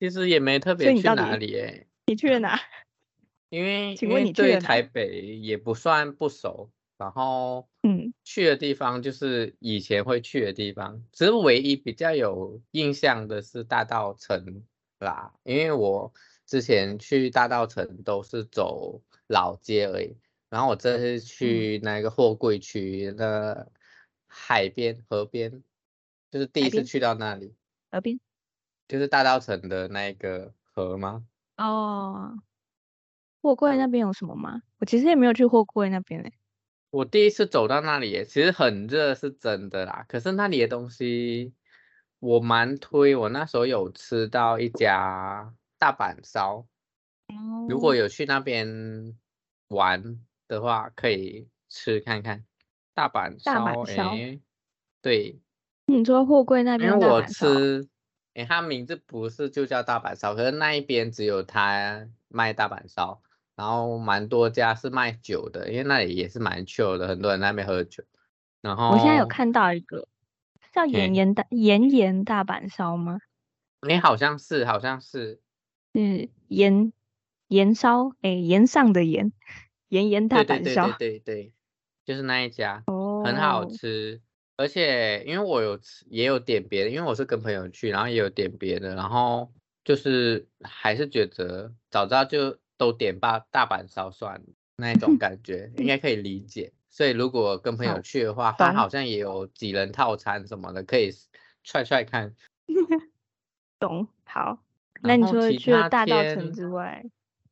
S2: 其实也没特
S1: 所
S2: 别
S1: 以你
S2: 去
S1: 到
S2: 哪
S1: 底
S2: 里诶，
S1: 你去了哪？
S2: 因为
S1: 请
S2: 因
S1: 问
S2: 为
S1: 你去
S2: 对
S1: 了哪
S2: 台北也不算不熟，然后
S1: 嗯，
S2: 去的地方就是以前会去的地方，只是唯一比较有印象的是大稻城啦，因为我之前去大稻城都是走老街而已，然后我这
S1: 嗯
S2: 次去那个货柜区的海边河边，就是第
S1: 海
S2: 一次
S1: 边
S2: 去到那里，
S1: 河边
S2: 就是大稻城的那个河吗？
S1: 哦，货柜那边有什么吗？我其实也没有去货柜那边诶，欸
S2: 我第一次走到那里耶，其实很热是真的啦，可是那里的东西我蛮推。我那时候有吃到一家大阪烧，如果
S1: 哦
S2: 有去那边玩的话，可以吃看看大阪
S1: 大阪
S2: 烧。
S1: 烧
S2: 诶，对，
S1: 你嗯说货柜那
S2: 因
S1: 边
S2: 为
S1: 大
S2: 我
S1: 阪烧啊，
S2: 吃，诶，它名字不是就叫大阪烧，可是那一边只有它卖大阪烧，然后蛮多家是卖酒的，因为那里也是蛮 chill 的，很多人在那边喝酒。然后
S1: 我现在有，看到一个叫
S2: 哦嘿
S1: 岩岩大岩岩大阪烧吗？
S2: 诶，好像是，好像是，
S1: 是盐盐烧，哎、盐上的盐，盐盐大
S2: 对对
S1: 阪
S2: 对
S1: 烧
S2: 对。对对，就是那一家，
S1: 哦，
S2: 很好吃。而且因为我有吃，也有点别的，因为我是跟朋友去，然后也有点别的，然后就是还是觉得早知道就都点大大阪烧算了那 一种感觉，应该可以理解。所以如果跟朋友
S1: 好
S2: 去的话，它
S1: 懂
S2: 好像也有几人套餐什么的，可以踹踹看。
S1: 好，那
S2: 然
S1: 你
S2: 后
S1: 说
S2: 其
S1: 去了
S2: 他
S1: 大稻
S2: 天
S1: 城之外，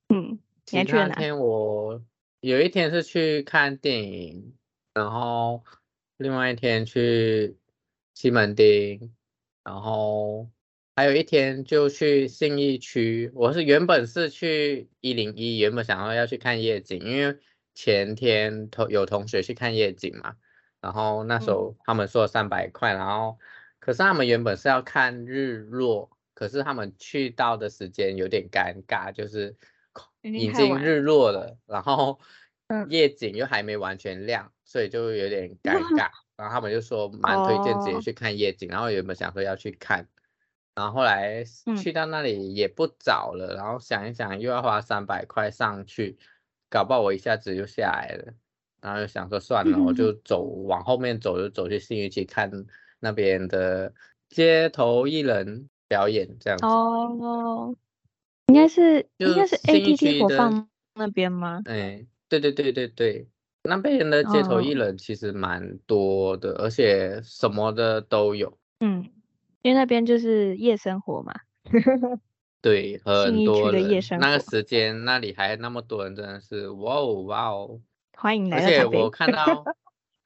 S1: 嗯，你还
S2: 其
S1: 去了
S2: 他
S1: 哪
S2: 天我有一天是去看电影，然后另外一天去西门町，然后还有一天就去信义区。我是原本是去一零一，原本想要要去看夜景，因为前天同有同学去看夜景嘛，然后那时
S1: 嗯
S2: 候他们说三百块，然后可是他们原本是要看日落，可是他们去到的时间有点尴尬，就是
S1: 已经
S2: 已
S1: 太
S2: 经
S1: 晚
S2: 日落了，然后
S1: 嗯
S2: 夜景又还没完全亮，所以就有点尴 尬。然后他们就说蛮推荐直接
S1: 哦
S2: 去看夜景，然后原本想说要去看，然后后来
S1: 嗯
S2: 去到那里也不早了，然后想一想又要花三百块上去，搞不好我一下子就下来了。然后就想说算了，我就走往后面走，就走去信义区看那边的街头艺人表演这样子。
S1: 哦，应该是应该
S2: 就是信义
S1: ATT
S2: 区
S1: 火
S2: 的
S1: 放那边吗？
S2: 哎，对对对对对，那边的街头艺
S1: 嗯
S2: 人其实蛮多的，而且什么的都有，
S1: 嗯，因为那边就是夜生活嘛。
S2: 对，
S1: 信
S2: 很
S1: 义区
S2: 多
S1: 的
S2: 人。
S1: 夜生
S2: 那个
S1: 活
S2: 时间那里还那么多人，真的是哇哦哇哦！
S1: 欢迎
S2: 而
S1: 来到
S2: 且
S1: 台北
S2: 我，看到，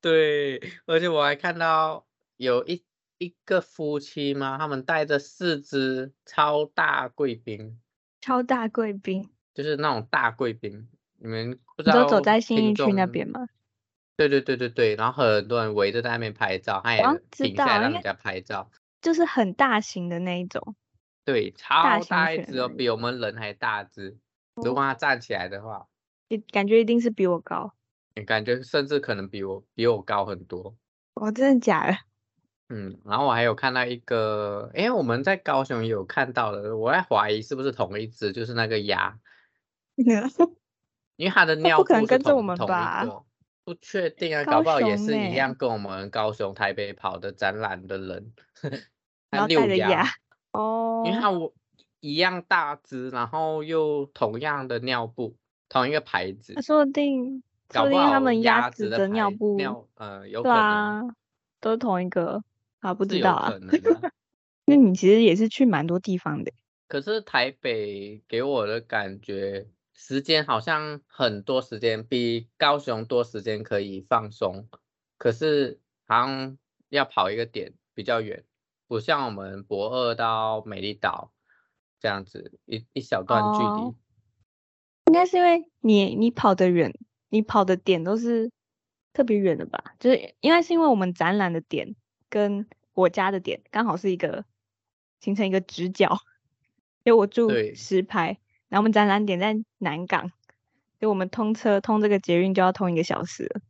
S2: 对，而且我还看到有一一个夫妻嘛，他们带着四只超大贵宾，
S1: 超大贵宾，
S2: 就是那种大贵宾，你们不知
S1: 你
S2: 道
S1: 都走在信
S2: 听
S1: 义区那
S2: 众
S1: 边吗？
S2: 对对对对对，然后很多人围着在那边拍照，他也
S1: 哦知
S2: 停下来
S1: 道
S2: 让
S1: 因为
S2: 人家拍照。
S1: 就是很大型的那一种，
S2: 对，
S1: 大
S2: 超
S1: 型
S2: 大一
S1: 犬哦
S2: 只哦，
S1: 而已
S2: 比我们人还大只。如果它站起来的话，
S1: 也感觉一定是比我高。
S2: 你感觉甚至可能比我比我高很多。
S1: 哦，真的假的？
S2: 嗯，然后我还有看到一个，诶，我们在高雄有看到的，我在怀疑是不是同一只，就是那个鸭，因为它的尿
S1: 不可
S2: 布
S1: 能
S2: 是
S1: 跟着
S2: 同
S1: 我们
S2: 同一
S1: 吧
S2: 个不确定啊，
S1: 高
S2: 搞不好也
S1: 雄
S2: 是
S1: 欸
S2: 一样跟我们高雄、台北跑的展览的人，
S1: 然
S2: 他
S1: 后
S2: 遛
S1: 带着
S2: 鸭
S1: 鸭，哦
S2: 因为它我一样大只，然后又同样的尿布，同一个牌子
S1: 那，说不定，
S2: 搞
S1: 说不定
S2: 好
S1: 他们
S2: 鸭
S1: 鸭
S2: 子
S1: 的
S2: 牌
S1: 尿布，
S2: 尿呃有可
S1: 对
S2: 能
S1: 啊，都是同一个啊，不
S2: 是
S1: 知
S2: 有
S1: 道啊
S2: 可。能的。
S1: 那你其实也是去蛮多地方的，
S2: 可是台北给我的感觉，时间好像很多时间，比高雄多时间可以放松。可是好像要跑一个点比较远，不像我们博二到美丽岛这样子一一小段距离。
S1: 哦应该是因为你你跑得远，你跑的点都是特别远的吧？就是应该是因为我们展览的点跟我家的点刚好是一个形成一个直角，因为我住
S2: 对
S1: 石牌，然后我们展览点在南港，就我们通车通这个捷运就要通一个小时了，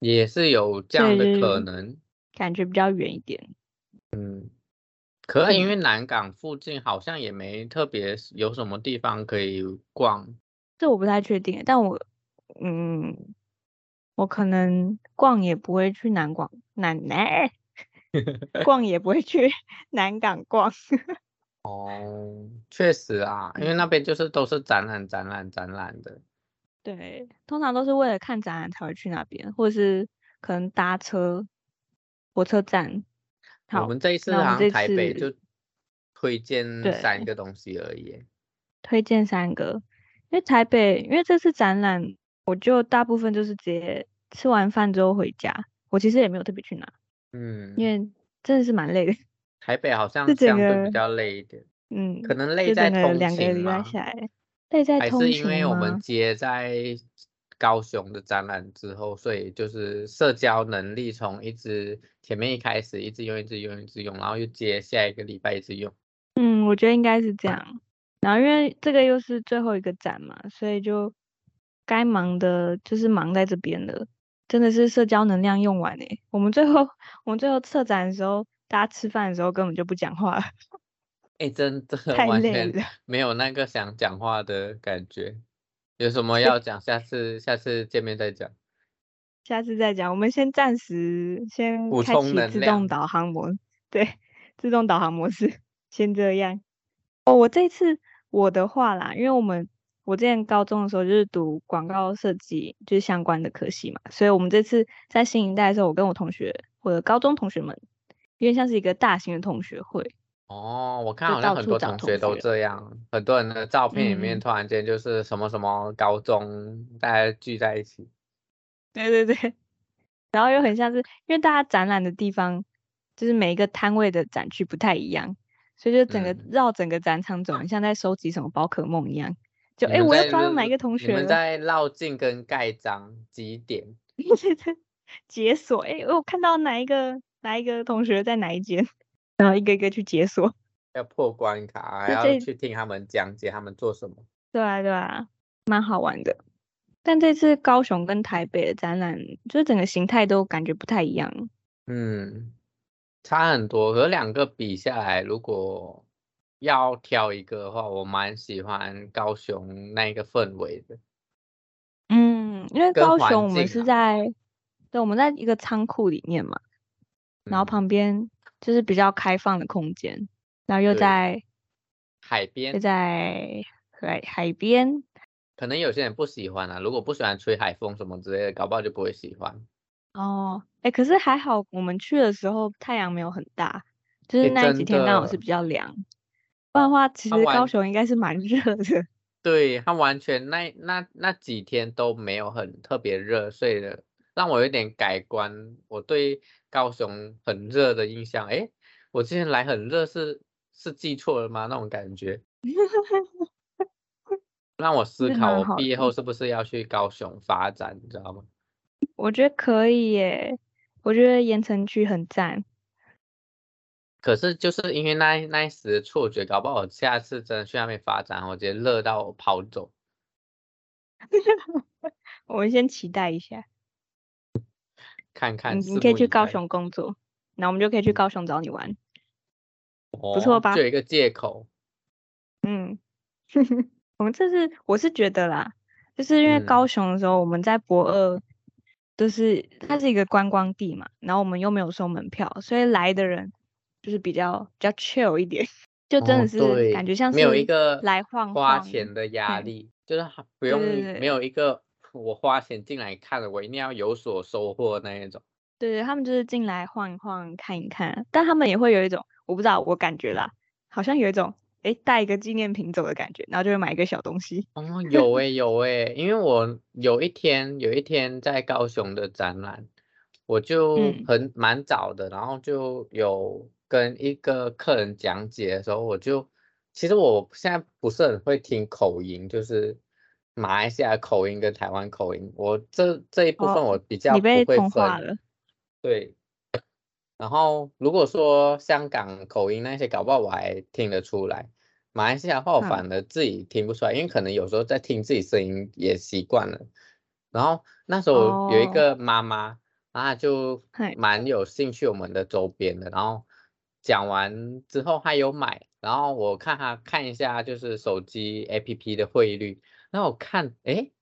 S2: 也是有这
S1: 所
S2: 样
S1: 以
S2: 的
S1: 就
S2: 可
S1: 是
S2: 能。
S1: 感觉比较远一点。
S2: 可是因
S1: 嗯
S2: 为南港附近好像也没特别有什么地方可以逛，
S1: 这我不太确定，但我嗯，我可能逛也不会去南广南南， 逛也不会去 南港逛。
S2: 哦，确实啊，因为
S1: 嗯
S2: 那边就是都是展览、展览、展览的。
S1: 对，通常都是为了看展览才会去那边，或者是可能搭车火车站。
S2: 我
S1: 好，
S2: 们这一次
S1: 那我
S2: 好
S1: 们
S2: 像
S1: 这
S2: 台北
S1: 次
S2: 就推荐
S1: 对
S2: 三个东西而已。
S1: 推荐三个，因为台北，因为这次展览，我就大部分就是直接吃完饭之后回家。我其实也没有特别去哪，
S2: 嗯，
S1: 因为真的是蛮累的。
S2: 台北好像
S1: 这整
S2: 相对
S1: 个
S2: 比较累一点，
S1: 嗯，
S2: 可能累
S1: 就
S2: 在
S1: 整个
S2: 通
S1: 两个
S2: 勤
S1: 礼拜
S2: 嘛，
S1: 下来，累在
S2: 还
S1: 通
S2: 是因
S1: 勤
S2: 为我们
S1: 吗
S2: 接在高雄的展览之后，所以就是社交能力从一直前面一开始一直用、一直用、一直用，然后又接下一个礼拜一直用。
S1: 嗯，我觉得应该是这
S2: 啊
S1: 样。然后因为这个又是最后一个展嘛，所以就该忙的就是忙在这边了，真的是社交能量用完诶、我们最后 我们最后策展的时候，大家吃饭的时候根本就不讲话了，
S2: 哎，真的
S1: 太
S2: 完
S1: 累
S2: 全
S1: 了。
S2: 没有那个想讲话的感觉。有什么要讲，下次下次见面再讲。
S1: 下次再讲，我们先暂时先
S2: 补
S1: 开
S2: 充
S1: 启
S2: 能
S1: 自
S2: 量
S1: 动导航模，对，自动导航模式，先这样。哦，我这次我的话啦，因为我们我之前高中的时候就是读广告设计，就是相关的科系嘛，所以我们这次在新一代的时候，我跟我同学，我的高中同学们，有点像是一个大型的同学会，
S2: 哦，我看
S1: 就
S2: 好像
S1: 到
S2: 很
S1: 处
S2: 多
S1: 找
S2: 同
S1: 同
S2: 学都
S1: 学
S2: 这样，很多人的照片里面
S1: 嗯
S2: 突然间就是什么什么高中，大家聚在一起。
S1: 对对对，然后又很像是，因为大家展览的地方，就是每一个摊位的展区不太一样，所以就整个
S2: 嗯
S1: 绕整个展场走，很像在收集什么宝可梦一样。就
S2: 你
S1: 哎、诶
S2: 们
S1: 我又
S2: 在
S1: 抓到
S2: 绕
S1: 哪一个同
S2: 你
S1: 学
S2: 们
S1: 了，
S2: 在绕境跟盖章几点？
S1: 解锁。哎、我看到哪一个哪一个同学在哪一间，然后一个一个去解锁。
S2: 要破关卡，还
S1: 就
S2: 要
S1: 这
S2: 去听他们讲解他们做什么。
S1: 对啊，对啊，蛮好玩的。但这次高雄跟台北的展览，就是整个形态都感觉不太一样。
S2: 嗯，差很多。和两个比下来，如果要挑一个的话，我蛮喜欢高雄那一个氛围的。
S1: 嗯，因为
S2: 跟
S1: 高
S2: 环
S1: 雄我们
S2: 境
S1: 是
S2: 啊
S1: 在，对，我们在一个仓库里面嘛，然后
S2: 嗯
S1: 旁边就是比较开放的空间，然后又
S2: 对
S1: 在
S2: 海
S1: 又
S2: 边，
S1: 在海海边，
S2: 可能有些人不喜欢啊。如果不喜欢吹海风什么之类的，搞不好就不会喜欢。
S1: 哦，哎，可是还好我们去的时候太阳没有很大，就是
S2: 诶
S1: 那
S2: 真
S1: 几天刚好是
S2: 的
S1: 比较凉，不然的话其
S2: 它
S1: 实高
S2: 完
S1: 雄应该是蛮 热的。
S2: 对，它完全那那那几天都没有很特别热，所以呢让我有点改观我对高雄很热的印象。诶，我之前来很热是是记错了吗？那种感觉 让我思
S1: 是
S2: 考，
S1: 蛮
S2: 我
S1: 好
S2: 毕业
S1: 的
S2: 后是不是要去高雄发展，你知道吗？
S1: 我觉得可以耶，我觉得盐城区很赞。
S2: 可是就是因为那一那一时的错觉，搞不好我下次真的去那边发展，我直接热到我跑走。
S1: 我们先期待一下，
S2: 看看，
S1: 你你
S2: 拭
S1: 可以
S2: 目
S1: 去
S2: 以
S1: 高
S2: 待
S1: 雄工作。然后我们就可以
S2: 嗯
S1: 去高雄找你玩。
S2: 不
S1: 不错吧
S2: 就有一个借口，
S1: 嗯， 我们这是我是觉得啦，就是因为
S2: 嗯
S1: 高雄的时候，我们在博二，就是它是一个观光地嘛，然后我们又没有收门票，所以来的人就是比较比较 chill 一点， 就真
S2: 哦
S1: 的是
S2: 对
S1: 感觉像是
S2: 没有一个
S1: 来晃
S2: 花
S1: 晃
S2: 钱的压
S1: 嗯
S2: 力，就是还不
S1: 对
S2: 用
S1: 对对
S2: 没有一个我花钱进来看了，我一定要有所收获那一种。
S1: 对，他们就是进来晃一晃、看一看，但他们也会有一种我不知道，我感觉啦，好像有一种诶带一个纪念品走的感觉，然后就会买一个小东西。
S2: 哦，有诶、有诶、因为我有一天有一天在高雄的展览，我就
S1: 嗯
S2: 很蛮早的，然后就有跟一个客人讲解的时候，我就其实我现在不是很会听口音，就是马来西亚口音跟台湾口音，我这这一部分
S1: 哦
S2: 我比较
S1: 你
S2: 不
S1: 被
S2: 会
S1: 同化
S2: 分
S1: 了，
S2: 对。然后如果说香港口音那些，搞不好我还听得出来。马来西亚话我
S1: 嗯
S2: 反而自己听不出来，因为可能有时候在听自己声音也习惯了。然后那时候有一
S1: 哦
S2: 个妈妈，然后她就
S1: 嗨
S2: 蛮有兴趣我们的周边的，然后讲完之后她有买，然后我看她看一下就是手机 APP 的汇率，然后我看诶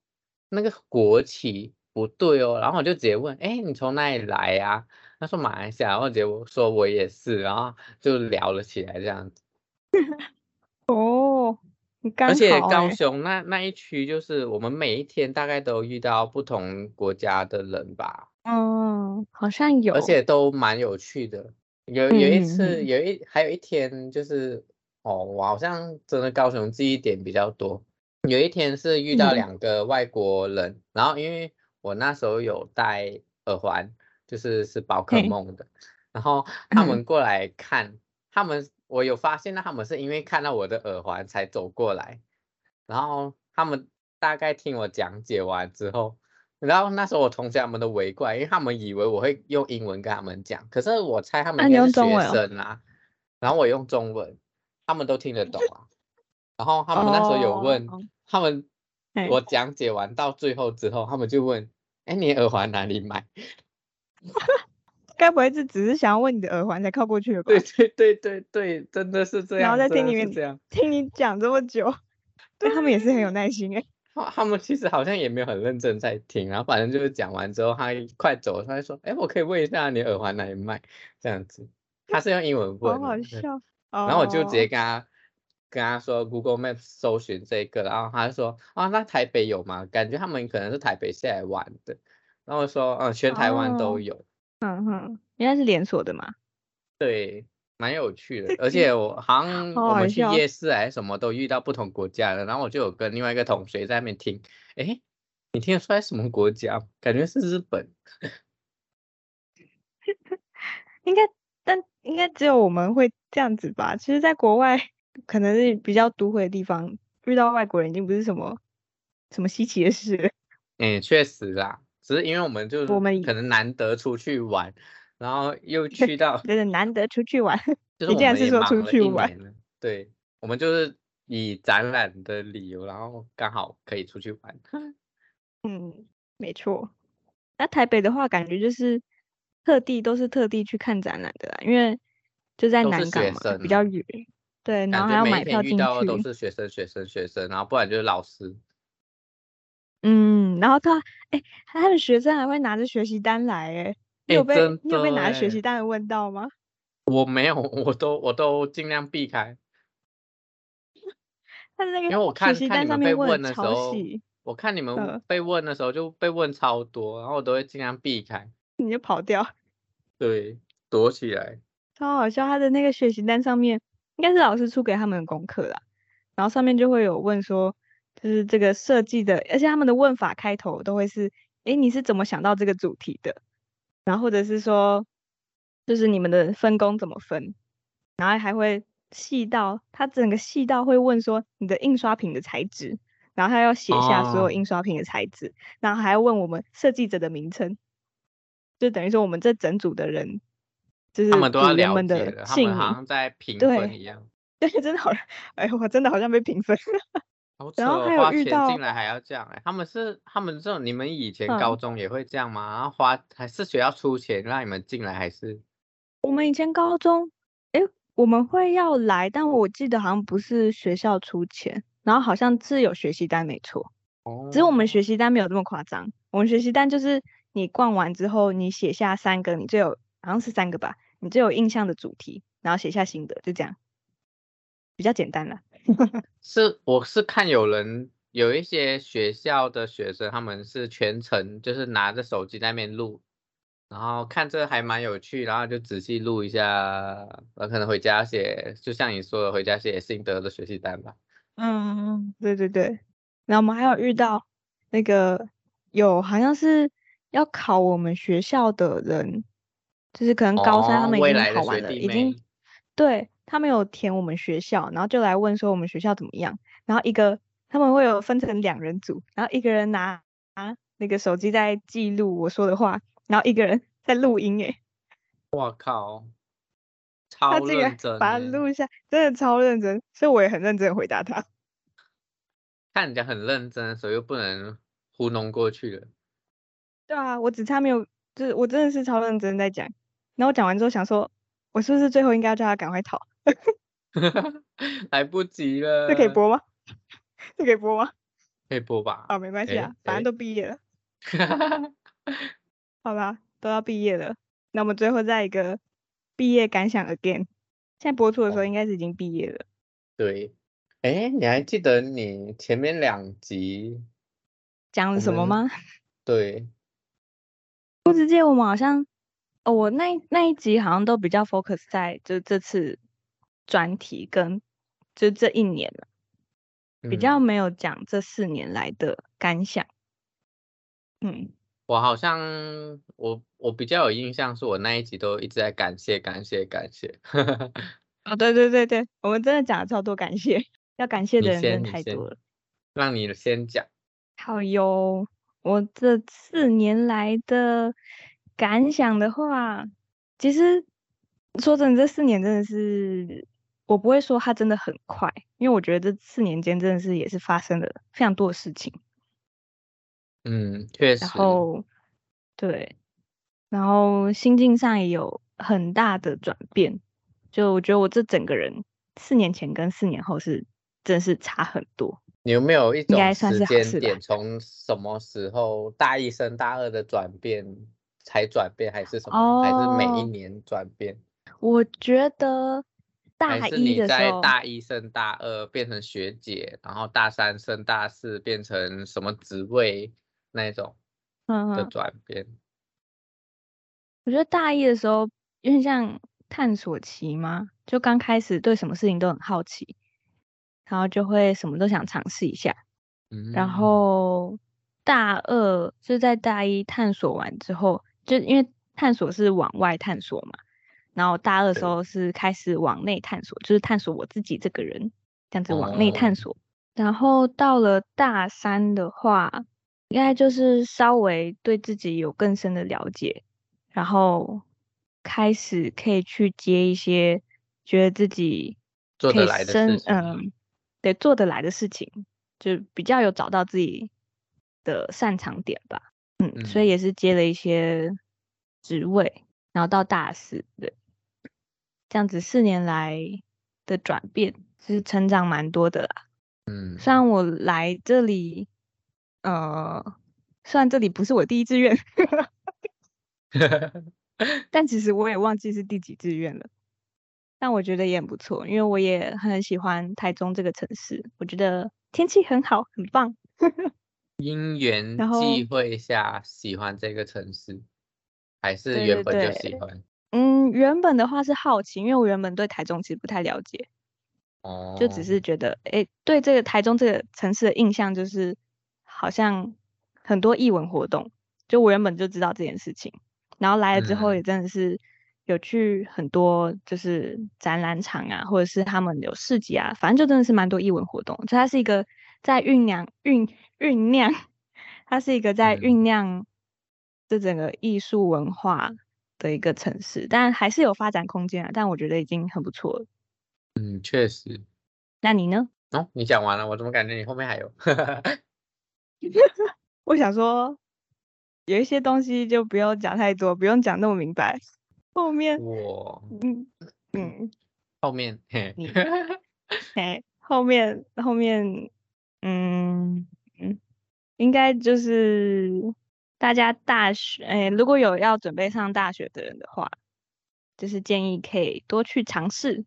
S2: 那个国旗不对哦，然后我就直接问诶你从哪里来呀、啊？他说马来西亚，然后结果说我也是，然后就聊了起来这样子。
S1: 哦，你刚
S2: 而且
S1: 好
S2: 高
S1: 欸
S2: 雄那那一区，就是我们每一天大概都遇到不同国家的人吧，
S1: 嗯，好像有，
S2: 而且都蛮有趣的。有有一
S1: 嗯嗯
S2: 次，
S1: 嗯
S2: 有一还有一天就是，哦，我好像真的高雄记忆点比较多。有一天是遇到
S1: 嗯
S2: 两个外国人，然后因为我那时候有戴耳环，就是是宝可
S1: 嘿
S2: 梦的，然后他
S1: 嗯
S2: 们过来看，他们我有发现到他们是因为看到我的耳环才走过来，然后他们大概听我讲解完之后，然后那时候我同学他们都围过来，因为他们以为我会用英文跟他们讲，可是我猜他们
S1: 啊
S2: 应
S1: 你
S2: 该
S1: 用
S2: 是
S1: 中
S2: 学
S1: 文哦
S2: 生啊，然后我用中文，他们都听得懂啊，然后他们那时候有问。
S1: 哦
S2: 他们
S1: 哎
S2: 我讲解完到最后之后，他们就问：“哎，你耳环哪里买
S1: 该不会是只是想要问你的耳环才靠过去的？”吧
S2: 对？对对对对，真的是这
S1: 然
S2: 样，
S1: 后在听
S2: 真的
S1: 里
S2: 是
S1: 面
S2: 这样。
S1: 听你讲这么 久，对他们也是很有耐心哎、
S2: 他他们其实好像也没有很认真在听，然后反正就是讲完之后，他一快走了，他就说：“哎，我可以问一下你耳环哪里买？”这样子，他是用英文 问
S1: 好
S2: 的，
S1: 好
S2: 对
S1: 笑。
S2: 然后我就直接
S1: 哦
S2: 跟他跟他说 Google Map 搜寻这个，然后他就说啊，那台北有吗？感觉他们可能是台北下来玩的。然后我说，嗯，全台湾都
S1: 哦
S2: 有。
S1: 嗯哼，应该是连锁的嘛。
S2: 对，蛮有趣 的，而且我好像
S1: 好
S2: 我
S1: 好
S2: 们去
S1: 笑
S2: 夜市还是什么都遇到不同国家的，然后我就有跟另外一个同学在那边听，诶，你听得出来什么国家？感觉是日本。
S1: 应该，但应该只有我们会这样子吧。其实，在国外可能是比较都会的地方，遇到外国人已经不是什么什么稀奇的事了。
S2: 诶，确实啦，只是因为我们就是
S1: 我们
S2: 可能难得出去玩，然后 又去到，
S1: 真的难得出去玩，你
S2: 就是我
S1: 竟然
S2: 们
S1: 是
S2: 也
S1: 说
S2: 忙
S1: 出
S2: 了
S1: 去
S2: 一
S1: 玩
S2: 年了，对，我们就是以展览的理由，然后刚好可以出去玩。
S1: 嗯，没错。那台北的话，感觉就是特地都是特地去看展览的啦，因为就在
S2: 都
S1: 南
S2: 是学
S1: 港嘛，
S2: 生
S1: 比
S2: 啊
S1: 较远，对，然
S2: 感
S1: 后还
S2: 觉
S1: 要
S2: 每一
S1: 买
S2: 天
S1: 票
S2: 遇
S1: 进
S2: 到的都
S1: 去。
S2: 是学生、学生、学生，然后不然就是老师。
S1: 嗯，然后他，哎，他的学生还会拿着学习单来，哎，你
S2: 哎
S1: 有被
S2: 真
S1: 你有被
S2: 的
S1: 拿着学
S2: 哎
S1: 习单的问到吗？
S2: 我没有，我都我都尽量避开，
S1: 他的那
S2: 因
S1: 个
S2: 为我
S1: 学
S2: 看
S1: 习
S2: 看
S1: 单
S2: 你
S1: 上
S2: 们被
S1: 面
S2: 问
S1: 问
S2: 的
S1: 的
S2: 时
S1: 超
S2: 候
S1: 细，，
S2: 我看你们
S1: 嗯
S2: 被问的时候就被问超多，然后我都会尽量避开，
S1: 你就跑掉，
S2: 对，躲起来。
S1: 超好笑。他的那个学习单上面应该是老师出给他们的功课啦，然后上面就会有问说，就是这个设计的，而且他们的问法开头都会是，哎，你是怎么想到这个主题的？然后或者是说，就是你们的分工怎么分，然后还会细到他整个细到会问说你的印刷品的材质，然后他要写下所有
S2: 哦
S1: 印刷品的材质，然后还要问我们设计者的名称，就等于说我们这整组的人，就是
S2: 他们都要
S1: 组员
S2: 了
S1: 们
S2: 解
S1: 的
S2: 了，他们
S1: 姓
S2: 好
S1: 名，
S2: 像在评分
S1: 对
S2: 一样。
S1: 对，真的好，哎，我真的好像被评分，
S2: 好扯
S1: 然后
S2: 哦，
S1: 还有
S2: 花
S1: 遇
S2: 钱
S1: 到
S2: 进来还要这样哎，他们是他们这种，你们以前
S1: 嗯
S2: 高中也会这样吗？然后花还是学校出钱让你们进来，还是？
S1: 我们以前高中，诶，我们会要来，但我记得好像不是学校出钱，然后好像是有学习单没错，
S2: 哦，
S1: 只是我们学习单没有这么夸张。我们学习单就是你逛完之后，你写下三个你最有好像是三个吧，你最有印象的主题，然后写下心得，就这样，比较简单了。
S2: 是我是看有人有一些学校的学生，他们是全程就是拿着手机在那边录，然后看这还蛮有趣，然后就仔细录一下，然后可能回家写，就像你说的，回家写心得的学习单吧。
S1: 嗯，对对对。然后我们还有遇到那个有好像是要考我们学校的人，就是可能高三他
S2: 哦
S1: 们已
S2: 未
S1: 经
S2: 来的
S1: 考
S2: 学
S1: 完了，
S2: 弟
S1: 已经
S2: 妹
S1: 对他们有填我们学校，然后就来问说我们学校怎么样。然后一个他们会有分成两人组，然后一个人拿拿那个手机在记录我说的话，然后一个人在录音， 诶，
S2: 我靠，
S1: 他
S2: 超
S1: 竟然
S2: 认真
S1: 把它
S2: 欸
S1: 录下，真的超认真，所以我也很认真地回答他。
S2: 看人家很认真的时候，又不能糊弄过去了。
S1: 对啊，我只差没有，就是我真的是超认真在讲。然后我讲完之后想说，我是不是最后应该叫他赶快逃？
S2: 来不及了，
S1: 这可以，播吗？这可以播吗？
S2: 可以播吧？
S1: 啊，没关系
S2: 诶
S1: 啊，反
S2: 诶
S1: 正都毕业了，好吧，都要毕业了。那我们最后再一个毕业感想 again，现在播出的时候
S2: 哦
S1: 应该是已经毕业了。
S2: 对，哎，你还记得你前面两集
S1: 讲了
S2: 我
S1: 什么
S2: 们哦
S1: 吗？
S2: 对
S1: 不直接我们好像，哦，我那一那一集好像都比较 focus 在就这次专题跟就这一年了，比较
S2: 嗯
S1: 没有讲这四年来的感想。嗯，
S2: 我好像我我比较有印象，是我那一集都一直在感谢感谢感谢，
S1: 哦，对对对对，我们真的讲了超多感谢，要感谢
S2: 你
S1: 的人
S2: 先
S1: 真
S2: 你
S1: 的太
S2: 先
S1: 多了。
S2: 让你先讲，
S1: 好哟，我这四年来的感想的话，其实说真的，这四年真的是我不会说它真的很快，因为我觉得这四年间真的是也是发生了非常多的事情。
S2: 嗯，确实
S1: 然，后对，然后心境上也有很大的转变。就我觉得我这整个人四年前跟四年后是真是差很多。
S2: 你有没有一种
S1: 该算
S2: 时
S1: 是好
S2: 间
S1: 事吧
S2: 点，从什么时候大一升大二的转变才转变，还是什么，还是每一
S1: 哦
S2: 年转变？
S1: 我觉得
S2: 还
S1: 大
S2: 是
S1: 一
S2: 你
S1: 的时
S2: 在
S1: 候，
S2: 大一升大二变成学姐，然后大三升大四变成什么职位那种
S1: 嗯
S2: 的
S1: 嗯，
S2: 转变？
S1: 我觉得大一的时候有点像探索期嘛，就刚开始对什么事情都很好奇，然后就会什么都想尝试一下。
S2: 嗯，
S1: 然后大二就在大一探索完之后，就因为探索是往外探索嘛，然后大二的时
S2: 对
S1: 候是开始往内探索，就是探索我自己这个人，这样子往内探
S2: 哦
S1: 索。然后到了大三的话，应该就是稍微对自己有更深的了解，然后开始可以去接一些觉得自己
S2: 做
S1: 可
S2: 得
S1: 以
S2: 来的
S1: 深
S2: 事情啊
S1: 嗯，对，做得来的事情，就比较有找到自己的擅长点吧。嗯，所以也是接了一些职位，然后到大四，对，这样子四年来的转变，就是成长蛮多的啦。
S2: 嗯，
S1: 虽然我来这里，呃，虽然这里不是我第一志愿， 但其实我也忘记是第几志愿了。但我觉得也很不错，因为我也很喜欢台中这个城市，我觉得天气很好，很棒。
S2: 因缘
S1: 然后
S2: 际会下喜欢这个城市，还是
S1: 对
S2: 原
S1: 对
S2: 本就
S1: 对
S2: 喜欢？
S1: 嗯，原本的话是好奇，因为我原本对台中其实不太了解，
S2: 哦，
S1: 就只是觉得，诶，对这个台中这个城市的印象就是好像很多艺文活动，就我原本就知道这件事情，然后来了之后
S2: 嗯
S1: 也真的是有去很多就是展览场啊，或者是他们有市集啊，反正就真的是蛮多艺文活动，所以它是一个在酝酿酝酝酿，它是一个在
S2: 嗯
S1: 酝酿这整个艺术文化的一个城市，但还是有发展空间啊，但我觉得已经很不错了。
S2: 嗯，确实。
S1: 那你呢？
S2: 哦，你讲完了，我怎么感觉你后面还有？
S1: 我想说，有一些东西就不用讲太多，不用讲那么明白。后面，
S2: 我
S1: 嗯嗯，
S2: 后面嘿，
S1: 你哎，后面后面，嗯嗯，应该就是大家大学，哎，如果有要准备上大学的人的话，就是建议可以多去尝试，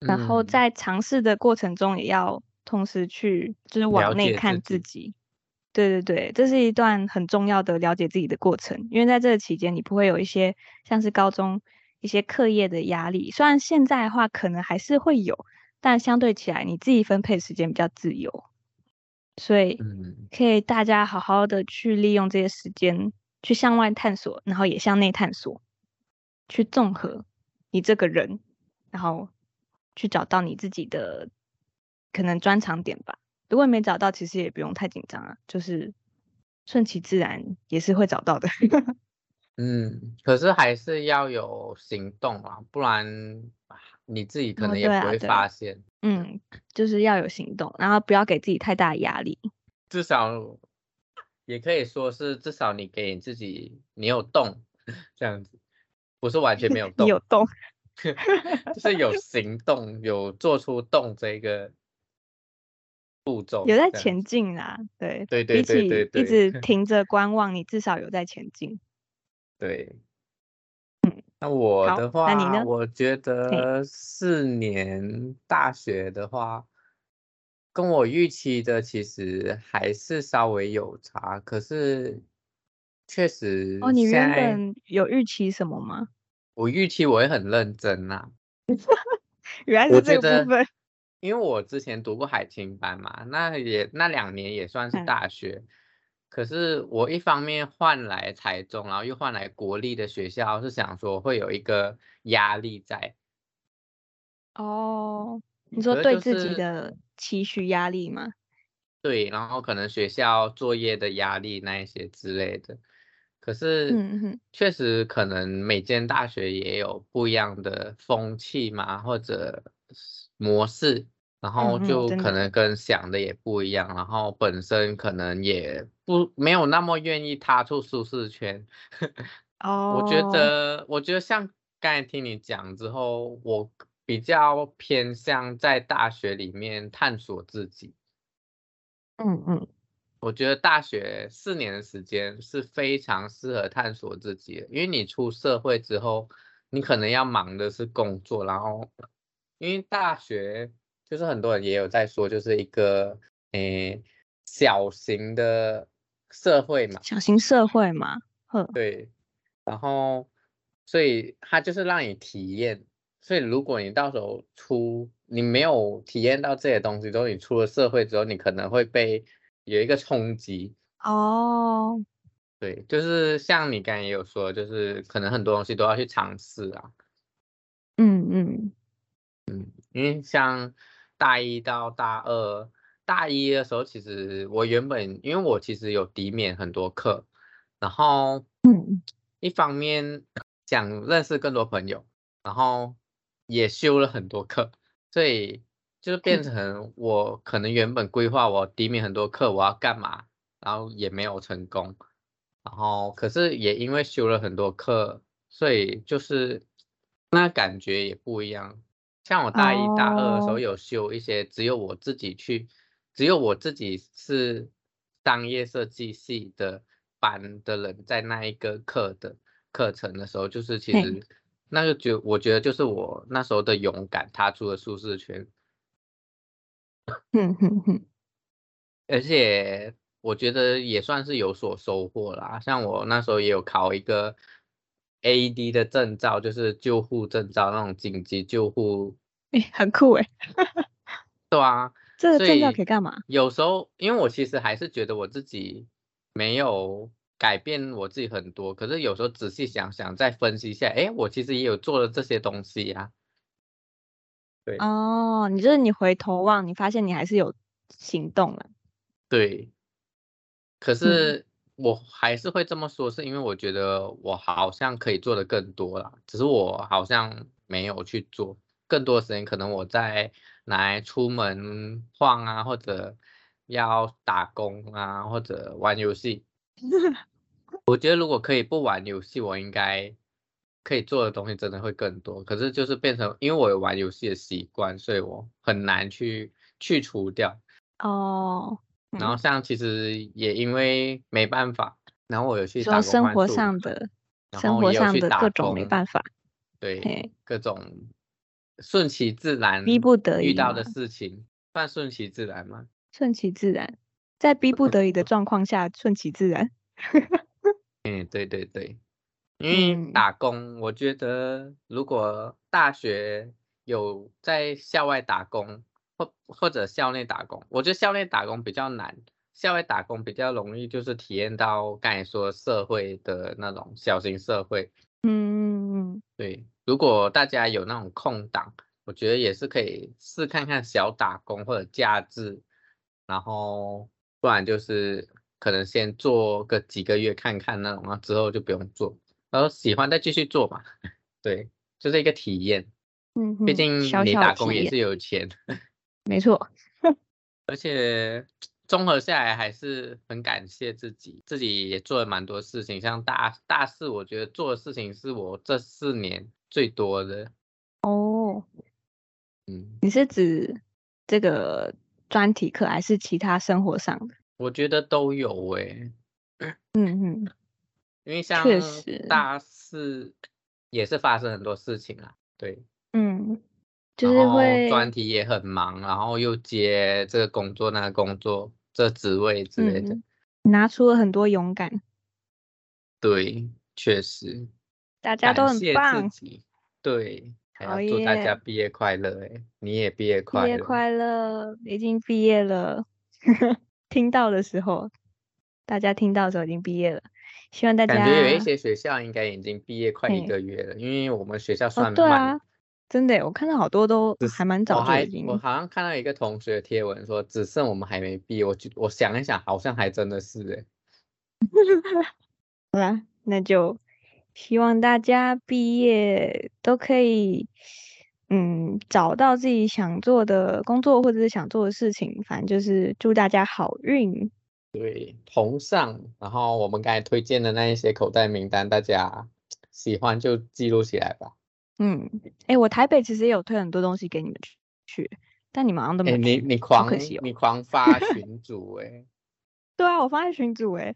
S1: 然后
S2: 嗯
S1: 在尝试的过程中也要同时去就是
S2: 了
S1: 往
S2: 解
S1: 内
S2: 自
S1: 看自
S2: 己
S1: 己。对对对，这是一段很重要的了解自己的过程，因为在这个期间你不会有一些像是高中一些课业的压力，虽然现在的话可能还是会有，但相对起来你自己分配时间比较自由，所以
S2: 嗯
S1: 可以大家好好的去利用这些时间去向外探索，然后也向内探索，去综合你这个人，然后去找到你自己的可能专长点吧。如果没找到，其实也不用太紧张啊，就是顺其自然也是会找到的。
S2: 嗯，可是还是要有行动啊，不然啊你自己可
S1: 哦
S2: 能也
S1: 对
S2: 不
S1: 啊
S2: 会
S1: 对
S2: 发现。
S1: 嗯，就是要有行动，然后不要给自己太大的压力。
S2: 至少也可以说是，至少你给你自己，你有动 这样子，不是完全没有
S1: 你
S2: 动，
S1: 有动，
S2: 就是有行动，有做出动这个步骤，
S1: 有在
S2: 这样
S1: 前
S2: 子。
S1: 进啦。对，
S2: 对对对对
S1: 比起
S2: 对
S1: 一 直停着观望，你至少有在前进。
S2: 对，那我
S1: 嗯好
S2: 的
S1: 那你
S2: 话，
S1: 呢
S2: 我觉得四年大学的话，跟我预期的其实还是稍微有差，可是确实
S1: 哦，你
S2: 现
S1: 原
S2: 在
S1: 本有预期什么吗？
S2: 我预期我会很认真啊啦、
S1: 原来
S2: 我
S1: 是这
S2: 觉
S1: 个
S2: 得
S1: 部分。，
S2: 因为我之前读过海青班嘛，那也那两年也算是
S1: 嗯
S2: 大学。可是我一方面换来台中，然后又换来国立的学校，是想说会有一个压力在。
S1: 哦，你说
S2: 可是
S1: 对
S2: 就
S1: 自己
S2: 是
S1: 的期许压力吗？
S2: 对，然后可能学校作业的压力那一些之类的。可是
S1: 嗯哼，
S2: 确实可能每间大学也有不一样的风气嘛，或者是模式，然后
S1: 嗯嗯
S2: 就
S1: 真
S2: 可
S1: 的
S2: 能跟想的也不一样，然后本身可能也不没有那么愿意踏出舒适圈。我觉
S1: 哦，
S2: 得，我觉得像刚才听你讲之后，我比较偏向在大学里面探索自己。
S1: 嗯嗯，
S2: 我觉得大学四年的时间是非常适合探索自己的，因为你出社会之后，你可能要忙的是工作，然后因为大学就是很多人也有在说，就是一个诶小型的社会嘛，
S1: 小型社会嘛，呵，
S2: 对，然后所以它就是让你体验，所以如果你到时候出你没有体验到这些东西之后，你出了社会之后，你可能会被有一个冲击。
S1: 哦，
S2: 对，就是像你刚才也有说，就是可能很多东西都要去尝试啊，
S1: 嗯嗯，
S2: 因为像大一到大二，大一的时候，其实我原本因为我其实有抵免很多课，然后
S1: 嗯
S2: 一方面想认识更多朋友，然后也修了很多课，所以就是变成我可能原本规划我抵免很多课我要干嘛，然后也没有成功，然后可是也因为修了很多课，所以就是那感觉也不一样。像我大一、大二的时候
S1: 哦
S2: 有修一些，只有我自己去，只有我自己是商业设计系的班的人，在那一个课的课程的时候，就是其
S1: 嘿
S2: 实那个觉，我觉得就是我那时候的勇敢踏出了舒适圈，
S1: 嗯哼哼，
S2: 而且我觉得也算是有所收获啦。像我那时候也有考一个 AED 的证照，就是救护证照那种紧急救护
S1: 诶、很酷诶、
S2: 对啊，
S1: 这个
S2: 所
S1: 证照
S2: 以
S1: 可以干嘛？
S2: 有时候，因为我其实还是觉得我自己没有改变我自己很多，可是有时候仔细想想，再分析一下，哎，我其实也有做了这些东西啊呀、对
S1: 哦，你就是你回头望，你发现你还是有行动了，
S2: 对，可
S1: 嗯
S2: 是我还是会这么说，是因为我觉得我好像可以做的更多啦，只是我好像没有去做，更多时间可能我在拿来出门晃啊，或者要打工啊，或者玩游戏。我觉得如果可以不玩游戏，我应该可以做的东西真的会更多。可是就是变成，因为我有玩游戏的习惯，所以我很难去去除掉。
S1: 哦，
S2: 然后像其实也因为没办法，然后我有去打
S1: 说
S2: 工
S1: 生
S2: 换
S1: 活
S2: 宿
S1: 上的
S2: 然
S1: 生
S2: 后
S1: 活
S2: 也有
S1: 上
S2: 去
S1: 的
S2: 打
S1: 各种没
S2: 工
S1: 办法，
S2: 对
S1: 嘿
S2: 各种顺其自然，
S1: 逼不得
S2: 遇
S1: 已
S2: 到的
S1: 嘛
S2: 事情，算顺其自然吗？
S1: 顺其自然，在逼不得已的状况下顺其自然。
S2: 嗯，对对对，因为
S1: 嗯
S2: 打工，我觉得如果大学有在校外打工，或或者校内打工，我觉得校内打工比较难，校外打工比较容易，就是体验到刚才说社会的那种小型社会。
S1: 嗯嗯
S2: 对，如果大家有那种空档，我觉得也是可以试看看小打工或者假日，然后不然就是可能先做个几个月看看那种，然后之后就不用做，然后喜欢再继续做嘛。 对，就是一个体验，
S1: 嗯嗯，
S2: 毕竟
S1: 小
S2: 你
S1: 小
S2: 打
S1: 体
S2: 工也
S1: 验
S2: 是有钱，
S1: 没错，
S2: 而且综合下来还是很感谢自己，自己也做了蛮多事情，像大大四，我觉得做的事情是我这四年最多的，
S1: 哦，
S2: 嗯。
S1: 你是指这个专题课还是其他生活上的？
S2: 我觉得都有诶、
S1: 嗯嗯，
S2: 因为像
S1: 实
S2: 大四也是发生很多事情啊，对，
S1: 嗯，就
S2: 然
S1: 是
S2: 后
S1: 会
S2: 专题也很忙，然后又接这个工作那个工作，这职位之类的，
S1: 嗯拿出了很多勇敢，
S2: 对，确实，
S1: 大家都
S2: 感
S1: 很
S2: 谢
S1: 棒，
S2: 自己，对，还
S1: 好
S2: 要祝大家
S1: 耶
S2: 毕业快乐诶、你也毕业
S1: 毕
S2: 快
S1: 业
S2: 乐，
S1: 快乐，已经毕业了。 听到的时候，大家听到的时候已经毕业了，希望大家
S2: 感觉有一些学校应该已经毕业快一
S1: 嘿
S2: 个月了，因为我们学校
S1: 哦，
S2: 算
S1: 对
S2: 慢
S1: 啊，真的耶，我看到好多都
S2: 只
S1: 还蛮
S2: 我
S1: 早就
S2: 还
S1: 已经
S2: 我好像看到一个同学贴文说，只剩我们还没毕业。我就我想一想，好像还真的是哎、
S1: 好啦，那就希望大家毕业都可以，嗯，找到自己想做的工作或者是想做的事情，反正就是祝大家好运。
S2: 对，哎同上。然后我们刚才推荐的那一些口袋名单，大家喜欢就记录起来吧。
S1: 嗯，哎，我台北其实也有推很多东西给你们去，去但你们好像都没
S2: 哎、
S1: 有
S2: 你
S1: 去。
S2: 你狂、
S1: 可惜哦
S2: 你狂发群主哎、
S1: 对啊，我放在群组哎。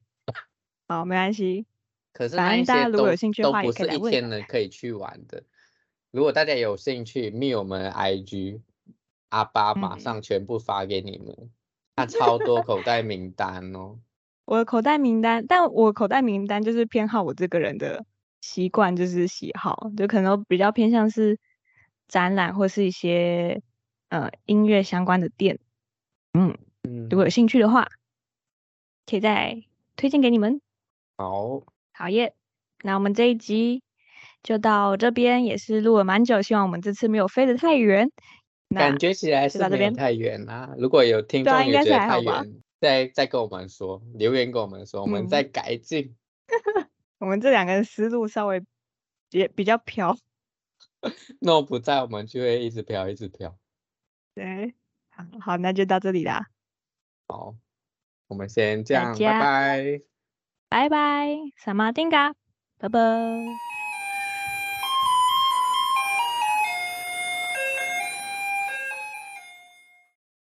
S1: 好，没关系。
S2: 可是
S1: 反
S2: 那
S1: 正
S2: 一
S1: 大家
S2: 些
S1: 如果
S2: 都
S1: 有兴趣的
S2: 都
S1: 话也
S2: 不
S1: 可以
S2: 是
S1: 来
S2: 一
S1: 问
S2: 天
S1: 我
S2: 能可以去玩的。如果大家有兴趣密我们的 IG，阿巴马
S1: 嗯
S2: 上全部发给你们，他超多口袋名单哦。
S1: 我的口袋名单，但我口袋名单就是偏好我这个人的习惯，就是喜好，就可能比较偏向是展览或是一些呃音乐相关的店。
S2: 嗯
S1: 如，果有兴趣的话，可以再推荐给你们。
S2: 好。
S1: 好耶！那我们这一集就到这边，也是录了蛮久，希望我们这次没有飞得太远。那
S2: 感觉起来
S1: 就是到这
S2: 没有
S1: 边
S2: 太远啦。如果有听
S1: 对
S2: 众
S1: 啊
S2: 有
S1: 应该
S2: 觉
S1: 是
S2: 得
S1: 还
S2: 太
S1: 好吧
S2: 远，再再跟我们说，留言跟我们说，我们
S1: 嗯
S2: 再改进。
S1: 我们这两个人思路稍微也比较飘。
S2: 那、我不在，我们就会一直飘，一直飘。
S1: 对，好，好，那就到这里啦，
S2: 我们先这
S1: 大
S2: 样，
S1: 家
S2: 拜拜。
S1: 拜拜，萨马丁嘎，拜拜。